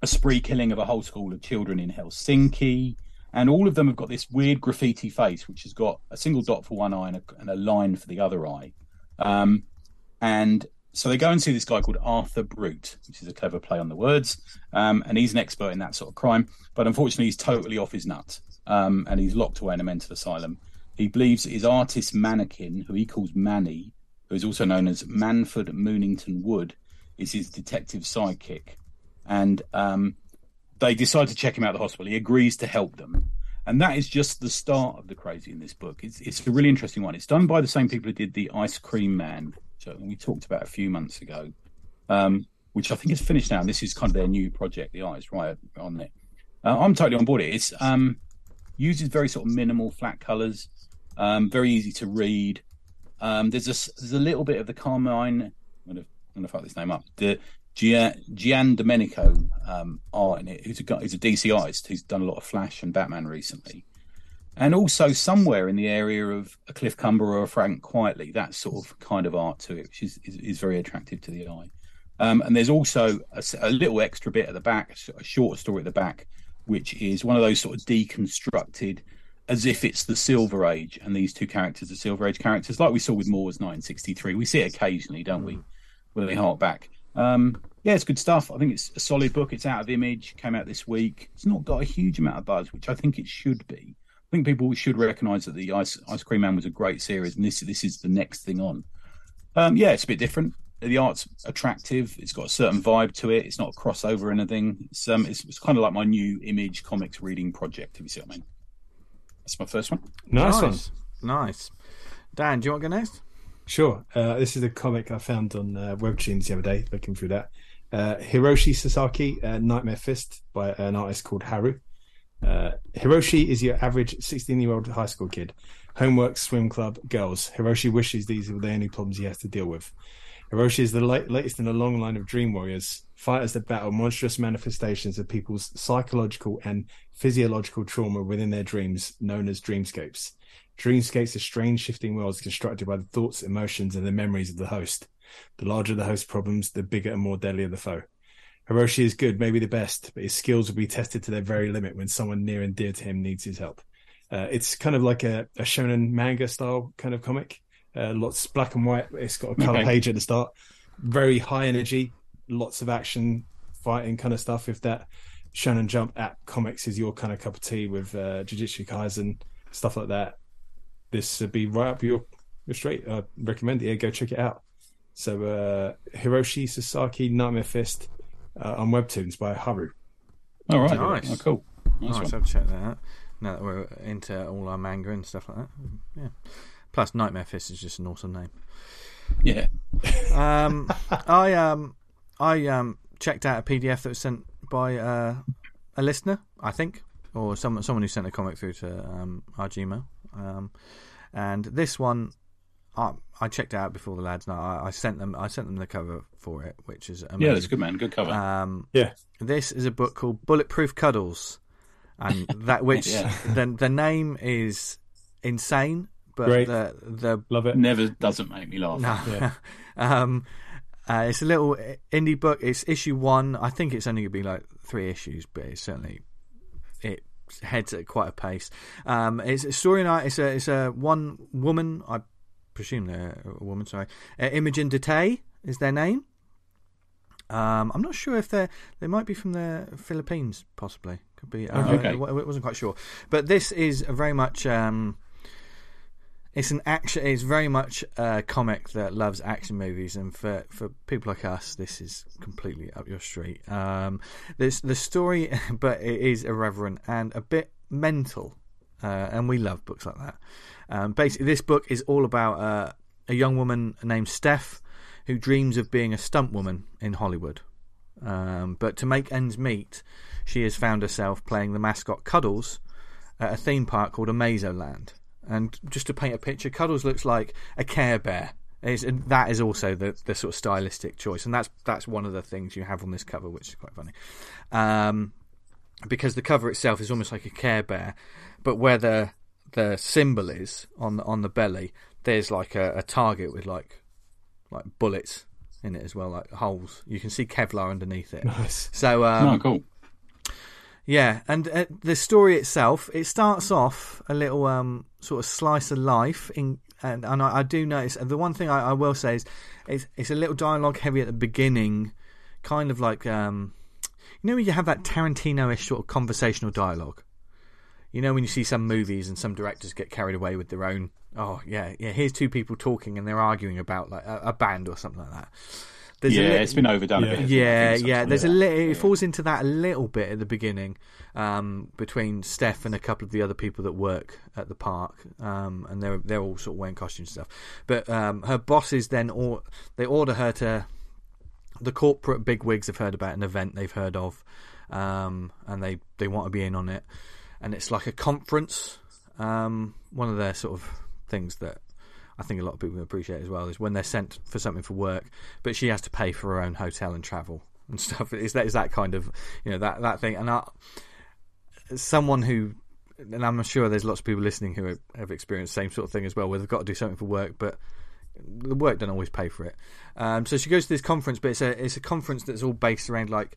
S2: a spree killing of a whole school of children in Helsinki, and all of them have got this weird graffiti face, which has got a single dot for one eye and a, and a line for the other eye. Um, and so they go and see this guy called Arthur Brute, which is a clever play on the words, um, and he's an expert in that sort of crime. But unfortunately, he's totally off his nut, um, and he's locked away in a mental asylum. He believes that his artist mannequin, who he calls Manny, who is also known as Manford Moonington Wood, is his detective sidekick, and um, they decide to check him out of the hospital. He agrees to help them, and that is just the start of the crazy in this book. It's it's a really interesting one. It's done by the same people who did the Ice Cream Man, which I think we talked about a few months ago, um, which I think is finished now. And this is kind of their new project, the Eyes Right on it. Uh, I'm totally on board. It. It's um, uses very sort of minimal flat colors, um, very easy to read. Um, there's a s- there's a little bit of the Carmine. I'm gonna, I'm gonna fuck this name up. The Gian, Gian Domenico um, art in it. Who's a guy? Who's a DC artist who's done a lot of Flash and Batman recently, and also somewhere in the area of a Cliff Cumber or a Frank Quietly. That sort of kind of art to it, which is is, is very attractive to the eye. Um, and there's also a, s- a little extra bit at the back, a short story at the back, which is one of those sort of deconstructed as if it's the Silver Age and these two characters are Silver Age characters, like we saw with Moore's 1963. We see it occasionally, don't we? Where they hark back. Um, yeah, it's good stuff. I think it's a solid book. It's out of image, came out this week. It's not got a huge amount of buzz, which I think it should be. I think people should recognise that the Ice, Ice Cream Man was a great series, and this this is the next thing on. Um, yeah, it's a bit different. The art's attractive. It's got a certain vibe to it. It's not a crossover or anything. It's um, it's, it's kind of like my new image comics reading project. If you see what I mean. That's my first one.
S3: Nice, one.
S1: nice. Nice. Dan, do you want to go next?
S3: Sure. Uh, this is a comic I found on uh, WebTunes the other day, looking through that. Uh, Hiroshi Sasaki, uh, Nightmare Fist, by an artist called Haru. Uh, Hiroshi is your average 16 year old high school kid. Homework, swim club, girls. Hiroshi wishes these were the only problems he has to deal with. Hiroshi is the late, latest in a long line of dream warriors, fighters that battle monstrous manifestations of people's psychological and physiological trauma within their dreams, known as dreamscapes. Dreamscapes are strange, shifting worlds constructed by the thoughts, emotions, and the memories of the host. The larger the host's problems, the bigger and more deadly the foe. Hiroshi is good, maybe the best, but his skills will be tested to their very limit when someone near and dear to him needs his help. Uh, it's kind of like a, a shonen manga style kind of comic. Uh, lots black and white. It's got a color
S2: Okay.
S3: page at the start. Very high energy, lots of action, fighting kind of stuff. If that Shonen Jump app comics is your kind of cup of tea with uh, Jujutsu Kaisen stuff like that, this would be right up your, your street. I recommend it. Yeah, go check it out. So uh, Hiroshi Sasaki Nightmare Fist uh, on webtoons by Haru.
S2: All right.
S1: Nice.
S2: Oh, cool. Nice
S1: Nice,
S2: one.
S1: I'll check that out. Now that we're into all our manga and stuff like that. Yeah. Plus, Nightmare Fist is just an awesome name.
S2: Yeah.
S1: Um, I um, I um, checked out a PDF that was sent by uh, a listener, I think, or someone someone who sent a comic through to um, our Gmail. Um, and this one, I, I checked out before the lads. Now I, I sent them. I sent them the cover for it, which is amazing.
S2: Yeah, that's good, man. Good cover.
S1: Um,
S3: Yeah.
S1: This is a book called Bulletproof Cuddles, and that which
S2: Yeah.
S1: the the name is insane, but
S3: Great.
S1: the the
S3: Love it.
S2: Never doesn't make me laugh.
S1: no.
S3: Yeah.
S1: um, uh, it's a little indie book. It's issue one. I think it's only going to be like three issues, but it's certainly it heads at quite a pace. Um, it's a story night. It's a it's a one woman. I presume they're a woman. Sorry, uh, Imogen Dete is their name. Um, I'm not sure if they're they might be from the Philippines, possibly could be. Uh,
S2: Okay.
S1: I wa- wasn't quite sure, but this is a very much. Um, it's an action. It's very much a comic that loves action movies, and for, for people like us, this is completely up your street. Um, this the story, but it is irreverent and a bit mental, uh, and we love books like that. Um, basically, this book is all about uh, a young woman named Steph who dreams of being a stunt woman in Hollywood. Um, but to make ends meet, she has found herself playing the mascot Cuddles at a theme park called Amazoland. And just to paint a picture, Cuddles looks like a Care Bear. It's, and that is also the, the sort of stylistic choice, and that's that's one of the things you have on this cover, which is quite funny, um, because the cover itself is almost like a Care Bear, but where the the symbol is on the, on the belly, there's like a, a target with like like bullets in it as well, like holes. You can see Kevlar underneath it.
S3: Nice.
S1: So um,
S2: no, cool.
S1: yeah, and uh, the story itself, it starts off a little um, sort of slice of life. In and, and I, I do notice and the one thing I, I will say is, it's, it's a little dialogue heavy at the beginning, kind of like um, you know when you have that Tarantino-ish sort of conversational dialogue. You know when you see some movies and some directors get carried away with their own. Oh yeah, yeah. Here's two people talking and they're arguing about like a, a band or something like that. There's a
S2: Yeah,
S1: lit-
S2: it's been overdone a bit.
S1: yeah,
S2: I think
S1: yeah.
S2: sometimes.
S1: There's a li- it falls into that a little bit at the beginning um, between Steph and a couple of the other people that work at the park, um, and they're they're all sort of wearing costumes and stuff. But um, her bosses then or they order her to the corporate bigwigs have heard about an event they've heard of, um, and they they want to be in on it, and it's like a conference. Um, one of their sort of things that I think a lot of people appreciate as well is when they're sent for something for work, but she has to pay for her own hotel and travel and stuff. Is that is that kind of you know that that thing? And I, as someone who, and I'm sure there's lots of people listening who have- have experienced the same sort of thing as well, where they've got to do something for work, but the work don't always pay for it. Um, so she goes to this conference, but it's a it's a conference that's all based around like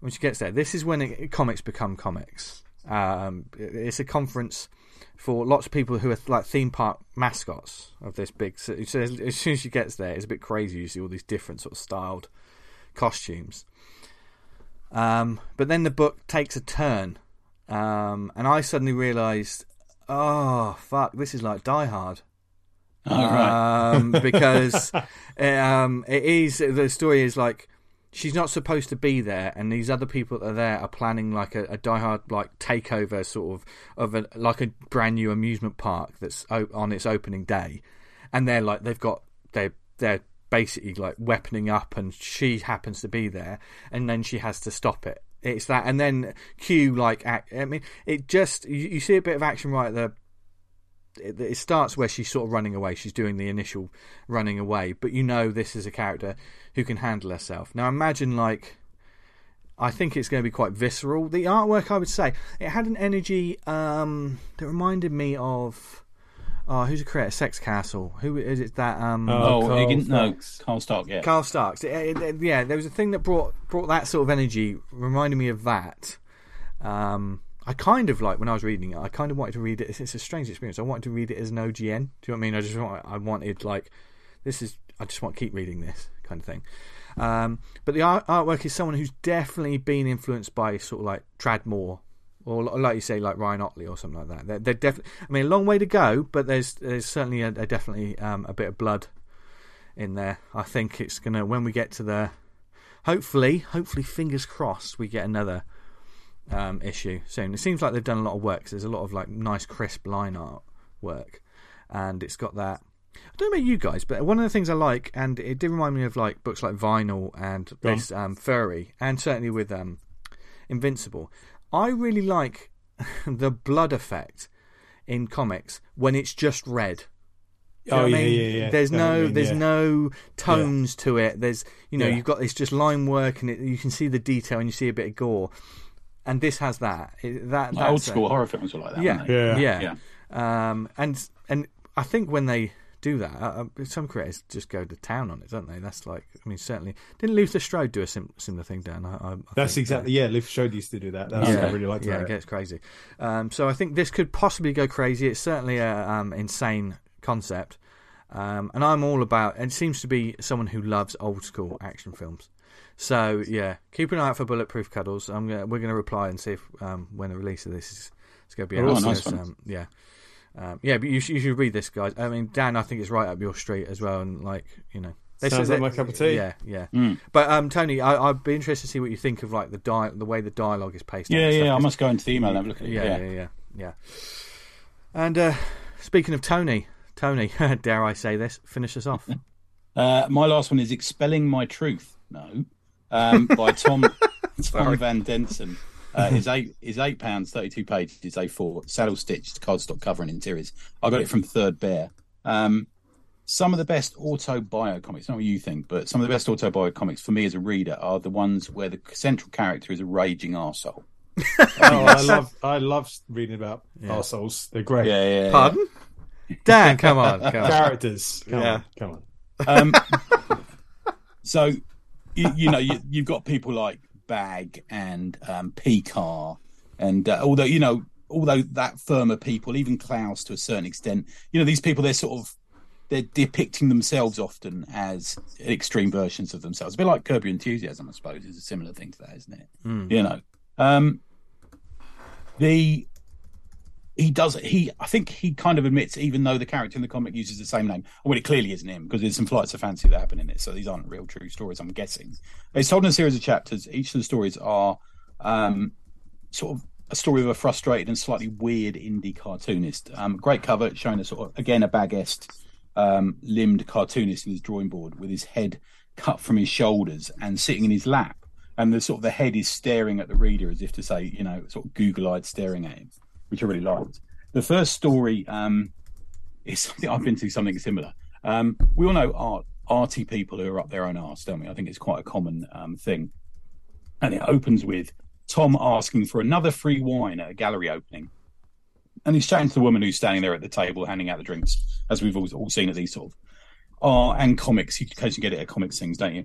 S1: when she gets there. This is when it, comics become comics. Um, it- it's a conference for lots of people who are like theme park mascots of this big. So, so as, as soon as she gets there, it's a bit crazy. You see all these different sort of styled costumes. Um, but then the book takes a turn, um, and I suddenly realised, oh fuck, this is like Die Hard
S2: All right.
S1: um, because um, it is the story is like she's not supposed to be there, and these other people that are there are planning like a, a diehard like takeover sort of of a, like a brand new amusement park that's o- on its opening day, and they're like they've got they they're basically like weaponing up, and she happens to be there, and then she has to stop it. It's that, and then cue like act. I mean, it just you, you see a bit of action right at the it, it starts where she's sort of running away. She's doing the initial running away, but you know this is a character who can handle herself. Now imagine like. I think it's going to be quite visceral. The artwork, I would say, it had an energy um, that reminded me of oh, who's a creator? Sex Castle. Who is it? That um,
S2: Oh,
S3: Carl
S2: Higgin- no,
S3: Starks.
S2: Carl Stark. Yeah.
S1: Carl Starks. It- it- it- yeah, there was a thing that brought brought that sort of energy, reminded me of that. Um, I kind of like when I was reading it. I kind of wanted to read it. It's, it's a strange experience. I wanted to read it as an OGN. Do you know what I mean? I just want, I wanted like this is I just want to keep reading this kind of thing. Um, but the art- artwork is someone who's definitely been influenced by sort of like Tradmore or li- like you say, like Ryan Otley or something like that. They're, they're definitely. I mean, a long way to go, but there's there's certainly a, a definitely um, a bit of blood in there. I think it's gonna when we get to the hopefully hopefully fingers crossed we get another um, issue soon. It seems like they've done a lot of work. 'cause there's a lot of like nice crisp line art work, and it's got that. I don't know about you guys, but one of the things I like, and it did remind me of like books like Vinyl and this um, Furry, and certainly with um, Invincible. I really like the blood effect in comics when it's just red. Do you know
S3: Oh,
S1: what I
S3: yeah,
S1: mean?
S3: yeah, yeah.
S1: There's
S3: Know what
S1: no,
S3: you mean,
S1: there's
S3: yeah.
S1: no tones to it. There's, you know,
S3: Yeah.
S1: you've got it's just line work, and it, you can see the detail, and you see a bit of gore, and this has that. It, that
S2: Like old
S1: that's a-
S2: school horror films were like that.
S1: yeah,
S2: weren't they?
S1: yeah,
S3: Yeah.
S1: Um, and and I think when they do that, uh, uh, some creators just go to town on it, don't they? That's like, I mean, certainly didn't Luther Strode do a sim- similar thing, Dan? I, I, I
S3: That's
S1: think, uh,
S3: exactly yeah. Liv Schode used to do that. That's what I really liked
S1: yeah, it
S3: about it.
S1: gets crazy. Um, so I think this could possibly go crazy. It's certainly a um, insane concept, um, and I'm all about. And seems to be someone who loves old school action films. So yeah, keep an eye out for Bulletproof Cuddles. I'm gonna, we're going to reply and see if um, when the release of this is it's going to be
S2: Oh,
S1: out.
S2: nice
S1: So it's,
S2: one.
S1: um, yeah. Um, yeah, but you, sh- you should read this, guys. I mean, Dan, I think it's right up your street as well, and like you know, they
S3: Sounds
S1: said
S3: like
S1: that-
S3: my cup of tea.
S1: Yeah, yeah.
S2: Hmm.
S1: But um, Tony, I, I'd be interested to see what you think of like the di- the way the dialogue is paced. out
S2: Yeah,
S1: and
S2: yeah,
S1: stuff.
S2: I must go into the email and have a look at it.
S1: Yeah,
S2: Yeah,
S1: yeah, yeah, yeah. And uh, speaking of Tony, Tony, dare I say this? Finish us off.
S2: Uh, my last one is Expelling My Truth. No. Um, by Tom Tom Van Denson. Uh, is eight is eight pounds thirty two pages A four saddle stitched cardstock cover and interiors. I got it from Third Bear. Um, some of the best auto bio comics, not what you think, but some of the best auto bio comics for me as a reader are the ones where the central character is a raging arsehole.
S3: Oh, I love I love reading about arseholes. They're great
S2: Yeah, yeah, yeah.
S1: Pardon? Dan, come on, come on.
S3: characters. Come
S1: Yeah.
S3: on, come on.
S2: Um, so, you, you know, you, you've got people like Bag and um, P-Car, and uh, although you know, although that firm of people, even Klaus to a certain extent, you know, these people they're sort of they're depicting themselves often as extreme versions of themselves. A bit like Curb Your Enthusiasm, I suppose, is a similar thing to that, isn't it? You know, um, the he does he i think he kind of admits even though the character in the comic uses the same name well it clearly isn't him because there's some flights of fancy that happen in it so these aren't real true stories i'm guessing it's told in a series of chapters each of the stories are um, sort of a story of a frustrated and slightly weird indie cartoonist um, great cover showing a sort of again a baguest um, limbed cartoonist in his drawing board with his head cut from his shoulders and sitting in his lap and the sort of the head is staring at the reader as if to say you know sort of google-eyed staring at him which I really liked. The first story um, is something I've been to something similar. Um, we all know art, arty people who are up their own arse, don't we? I think it's quite a common um, thing. And it opens with Tom asking for another free wine at a gallery opening. And he's chatting to the woman who's standing there at the table handing out the drinks, as we've all, all seen at these sort of art and comics. You occasionally get it at comics things, don't you?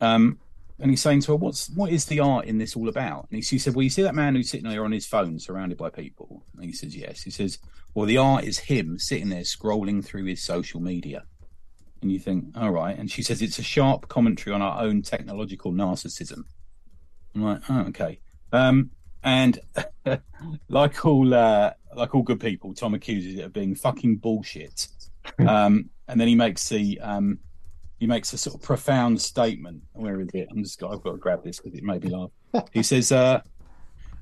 S2: Um, and he's saying to her, "What's what is the art in this all about?" And he, she said, "Well, you see that man who's sitting there on his phone, surrounded by people." And he says, "Yes." He says, "Well, the art is him sitting there scrolling through his social media." And you think, "All right." And she says, "It's a sharp commentary on our own technological narcissism." I'm like, "Oh, okay." Um, and like all uh, like all good people, Tom accuses it of being fucking bullshit. um, and then he makes the um, he makes a sort of profound statement. Where is it? I'm just got, I've got to grab this because it made me laugh. He says, uh,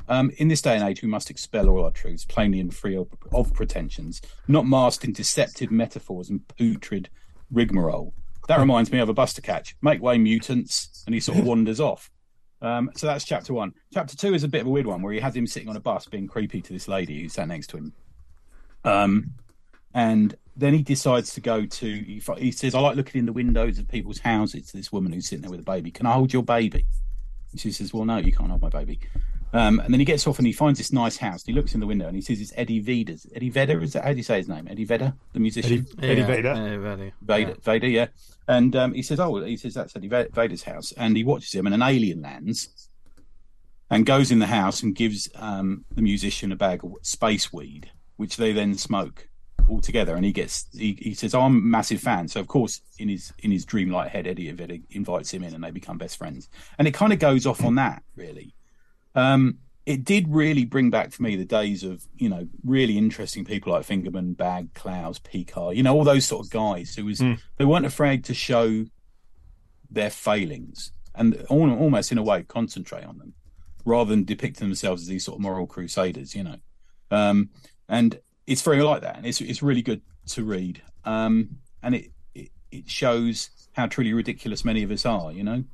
S2: um, "In this day and age, we must expel all our truths, plainly and free of, of pretensions, not masked in deceptive metaphors and putrid rigmarole." That reminds me of a buster catch. Make way, mutants! And he sort of wanders off. Um, so that's chapter one. Chapter two is a bit of a weird one where he has him sitting on a bus being creepy to this lady who sat next to him. Um, and then he decides to go to he, f- he says i like looking in the windows of people's houses to this woman who's sitting there with a baby can i hold your baby and she says well no you can't hold my baby um, and then he gets off and he finds this nice house and he looks in the window and he sees it's eddie vedder's eddie vedder is that how do you say his name eddie vedder the musician
S3: Eddie, Eddie
S1: Yeah,
S3: Vader.
S1: Eddie Vader.
S2: Vader, Vader, yeah. And um, he says, "Oh, he says that's Eddie Va- Vader's house." And he watches him, and an alien lands, and goes in the house and gives um, the musician a bag of space weed, which they then smoke. altogether, and he gets he, he says, "Oh, "I'm a massive fan." So of course, in his in his dreamlike head, Eddie Vedder invites him in, and they become best friends. And it kind of goes off on that really. Um, it did really bring back to me the days of you know really interesting people like Fingerman, Bag, Klaus, Picard, you know all those sort of guys who was they weren't afraid to show their failings and al- almost in a way concentrate on them rather than depict themselves as these sort of moral crusaders, you know. Um, and it's very like that, and it's it's really good to read. Um, and it, it it shows how truly ridiculous many of us are, you know,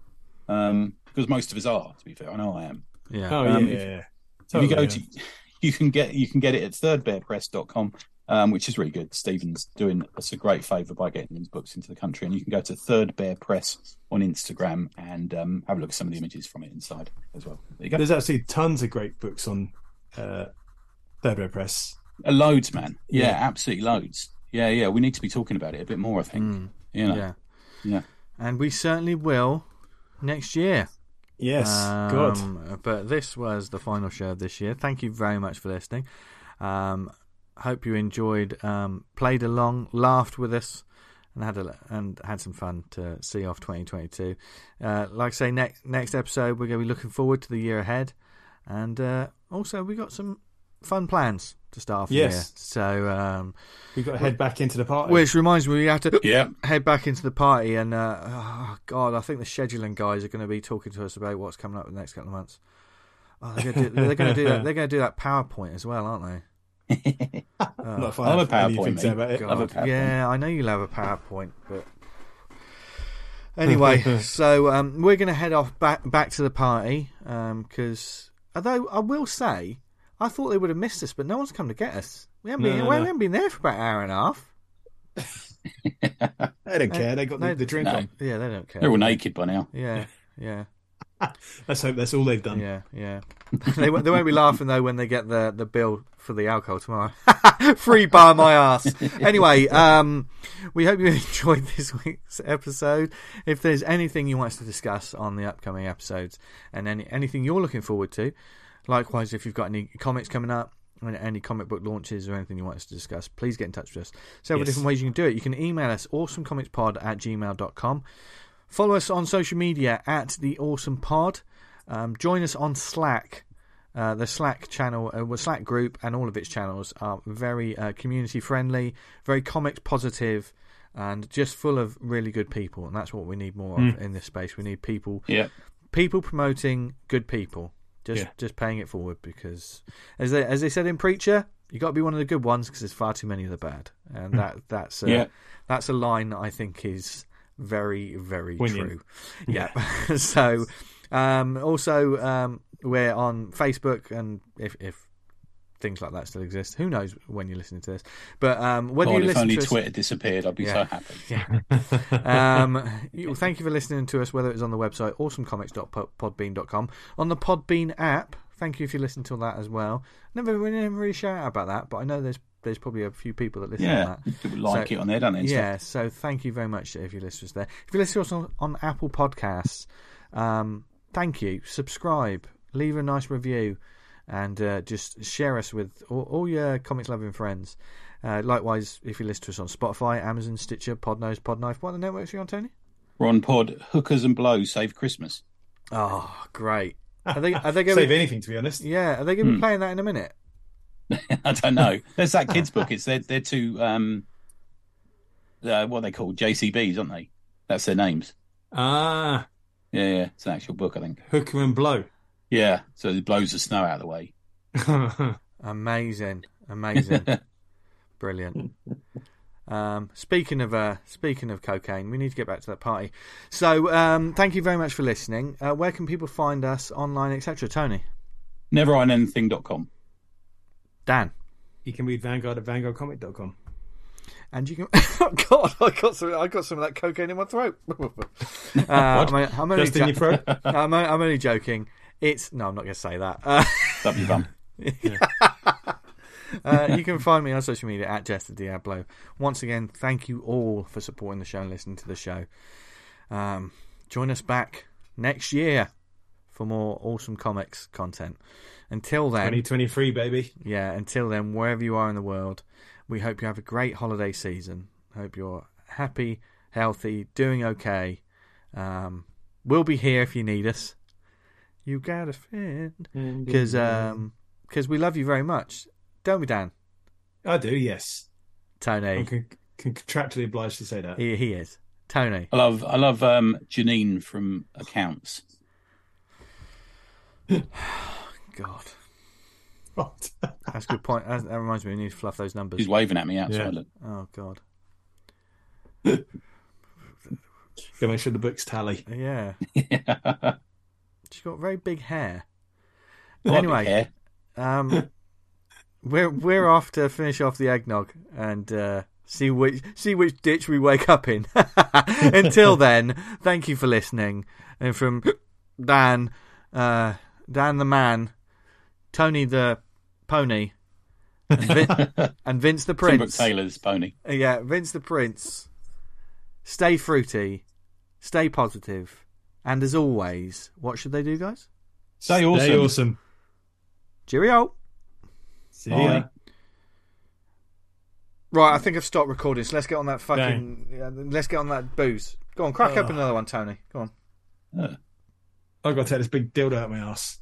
S2: um, because most of us are. To be fair, I know I am.
S1: Yeah.
S3: Oh
S2: Um,
S3: yeah, yeah, yeah.
S2: If you go
S3: Totally,
S2: to, you can get you can get it at thirdbearpress.com, um, which is really good. Stephen's doing us a great favour by getting his books into the country, and you can go to Third Bear Press on Instagram and um, have a look at some of the images from it inside as well. There you go.
S3: There's actually tons of great books on uh, Third Row Press.
S2: Uh, loads, man. Yeah, absolutely loads. Yeah, yeah. We need to be talking about it a bit more, I think. You know,
S1: Mm. Yeah.
S2: Yeah.
S1: And we certainly will next year.
S3: Yes, God.
S1: Um, But this was the final show of this year. Thank you very much for listening. Um, hope you enjoyed, um, played along, laughed with us, and had a, and had some fun to see off 2022. Uh, like I say, next next episode we're going to be looking forward to the year ahead, and uh, also we got some fun plans to start off
S3: Yes.
S1: the year. So, um,
S3: We've got to head back into the party.
S1: which reminds me, we have to
S2: yeah.
S1: head back into the party, and uh, oh god, I think the scheduling guys are going to be talking to us about what's coming up in the next couple of months. Oh, they're going to do, they're going to do that. They're going to do that PowerPoint as well, aren't they?
S3: I'm not if Oh, I
S2: I'll
S3: have
S2: have a
S3: anything
S2: PowerPoint,
S3: to say
S2: mate.
S3: about it.
S2: Go. Love a PowerPoint.
S1: Yeah, I know you'll have a PowerPoint, but anyway, so um, we're going to head off back back to the party because although I will say I thought they would have missed us, but no one's come to get us. We haven't
S3: No,
S1: been
S3: no,
S1: we
S3: no.
S1: haven't been there for about an hour and a half.
S3: I don't care. They got
S1: No,
S3: the, the drink
S2: no.
S3: on.
S1: Yeah, they don't care.
S2: They're all naked by now.
S1: yeah, yeah.
S3: Let's hope that's all they've done.
S1: Yeah, yeah. they, won't- they won't be laughing though when they get the, the bill for the alcohol tomorrow. Free bar my ass. Anyway, um, we hope you enjoyed this week's episode. If there's anything you want us to discuss on the upcoming episodes, and any anything you're looking forward to, likewise, if you've got any comics coming up. and Any comic book launches or anything you want us to discuss, please get in touch with us. Several
S3: Yes.
S1: different ways you can do it. You can email us awesomecomicspod at gmail.com. Follow us on social media at the Awesome Pod. Um, join us on Slack. Uh, the Slack channel, uh, well, Slack group, and all of its channels are very uh, community friendly, very comics positive, and just full of really good people. And that's what we need more of in this space. We need people,
S2: Yeah.
S1: people promoting good people, just just paying it forward. Because as they as they said in Preacher, you got to be one of the good ones because there's far too many of the bad, and that that's uh,
S2: Hmm. Yeah.
S1: that's a line that I think is very, very
S3: Winning.
S1: true. Yeah. so, um, also, um, we're on Facebook, and if, if things like that still exist, who knows when you're listening to this? But um, whether
S2: God,
S1: you
S2: if
S1: listen
S2: only
S1: to us,
S2: Twitter disappeared, I'd be so
S1: Yeah.
S2: happy.
S1: um, you- thank you for listening to us, whether it's on the website awesomecomics.podbean.com, on the Podbean app. Thank you if you listen to that as well. Never, we never really shout out about that, but I know there's there's probably a few people that listen to
S2: Yeah.
S1: that.
S2: People Like
S1: So-
S2: it on there, don't they? and stuff?
S1: Yeah, so thank you very much if you listen to us there. If you listen to us on, on Apple Podcasts, um, thank you. Subscribe, leave a nice review, and uh, just share us with all, all your comics loving friends. Uh, likewise, if you listen to us on Spotify, Amazon, Stitcher, Podnose, Podknife, what are the networks are you on, Tony?
S2: We're on pod hookers and blows save Christmas.
S1: Oh, great. Are they, are they going to
S3: Save
S1: be,
S3: anything, to be honest.
S1: yeah, are they going to be playing that in a minute?
S2: I don't know. There's that kids' book. It's they're they're two um, uh, what are they called JCBs, aren't they? That's their names.
S3: Ah,
S2: Yeah, yeah. It's an actual book, I think.
S3: hooker and blow.
S2: Yeah. So it blows the snow out of the way.
S1: Amazing, amazing, brilliant. Um, speaking of uh, speaking of cocaine, we need to get back to that party. So, um, thank you very much for listening. Uh, where can people find us online, etc.? Tony,
S2: Neverendanything.com.
S1: Dan,
S3: you can read Vanguard at vanguardcomic.com.
S1: and you can. oh God, I got some. I got some of that cocaine in my throat. uh, I'm, I'm only
S3: Just in your
S1: jo-
S3: throat.
S1: I'm, I'm only joking. It's no, I'm not going to say that. Uh,
S2: Love you, bum.
S1: Uh, you can find me on social media at Jester Diablo. Once again, thank you all for supporting the show and listening to the show. Um, join us back next year for more awesome comics content. Until then,
S3: 2023, baby.
S1: yeah, until then, wherever you are in the world, We hope you have a great holiday season. Hope you're happy, healthy, doing okay. Um, we'll be here if you need us. You got a friend. Because um, we love you very much. Don't we, Dan?
S3: I do, yes.
S1: Tony.
S3: I'm con- con- contractually obliged to say that.
S1: He, he is. Tony.
S2: I love I love um, Janine from Accounts.
S1: God.
S3: Right.
S1: That's a good point. That, that reminds me, we need to fluff those numbers.
S2: She's waving at me outside.
S3: Yeah.
S2: Look.
S1: Oh, God.
S3: Gotta make sure the books tally.
S1: Yeah. She's got very big hair.
S2: I like
S1: Anyway.
S2: big hair.
S1: Um, we're we're off to finish off the eggnog and uh, see which see which ditch we wake up in. Until then, thank you for listening. And from Dan, uh, Dan the man, Tony the pony, and, Vin- and Vince the
S2: Timbrook
S1: prince. Uh,
S2: Taylor's pony.
S1: Yeah, Vince the prince. Stay fruity, stay positive, and as always, what should they do, guys?
S2: Stay awesome.
S7: Stay awesome.
S1: Cheerio.
S3: See
S2: Bye.
S3: ya.
S1: Right, I think I've stopped recording. So let's get on that fucking. yeah, let's get on that booze. Go on, crack up another one, Tony. Go on.
S3: I've got to take this big dildo out my ass.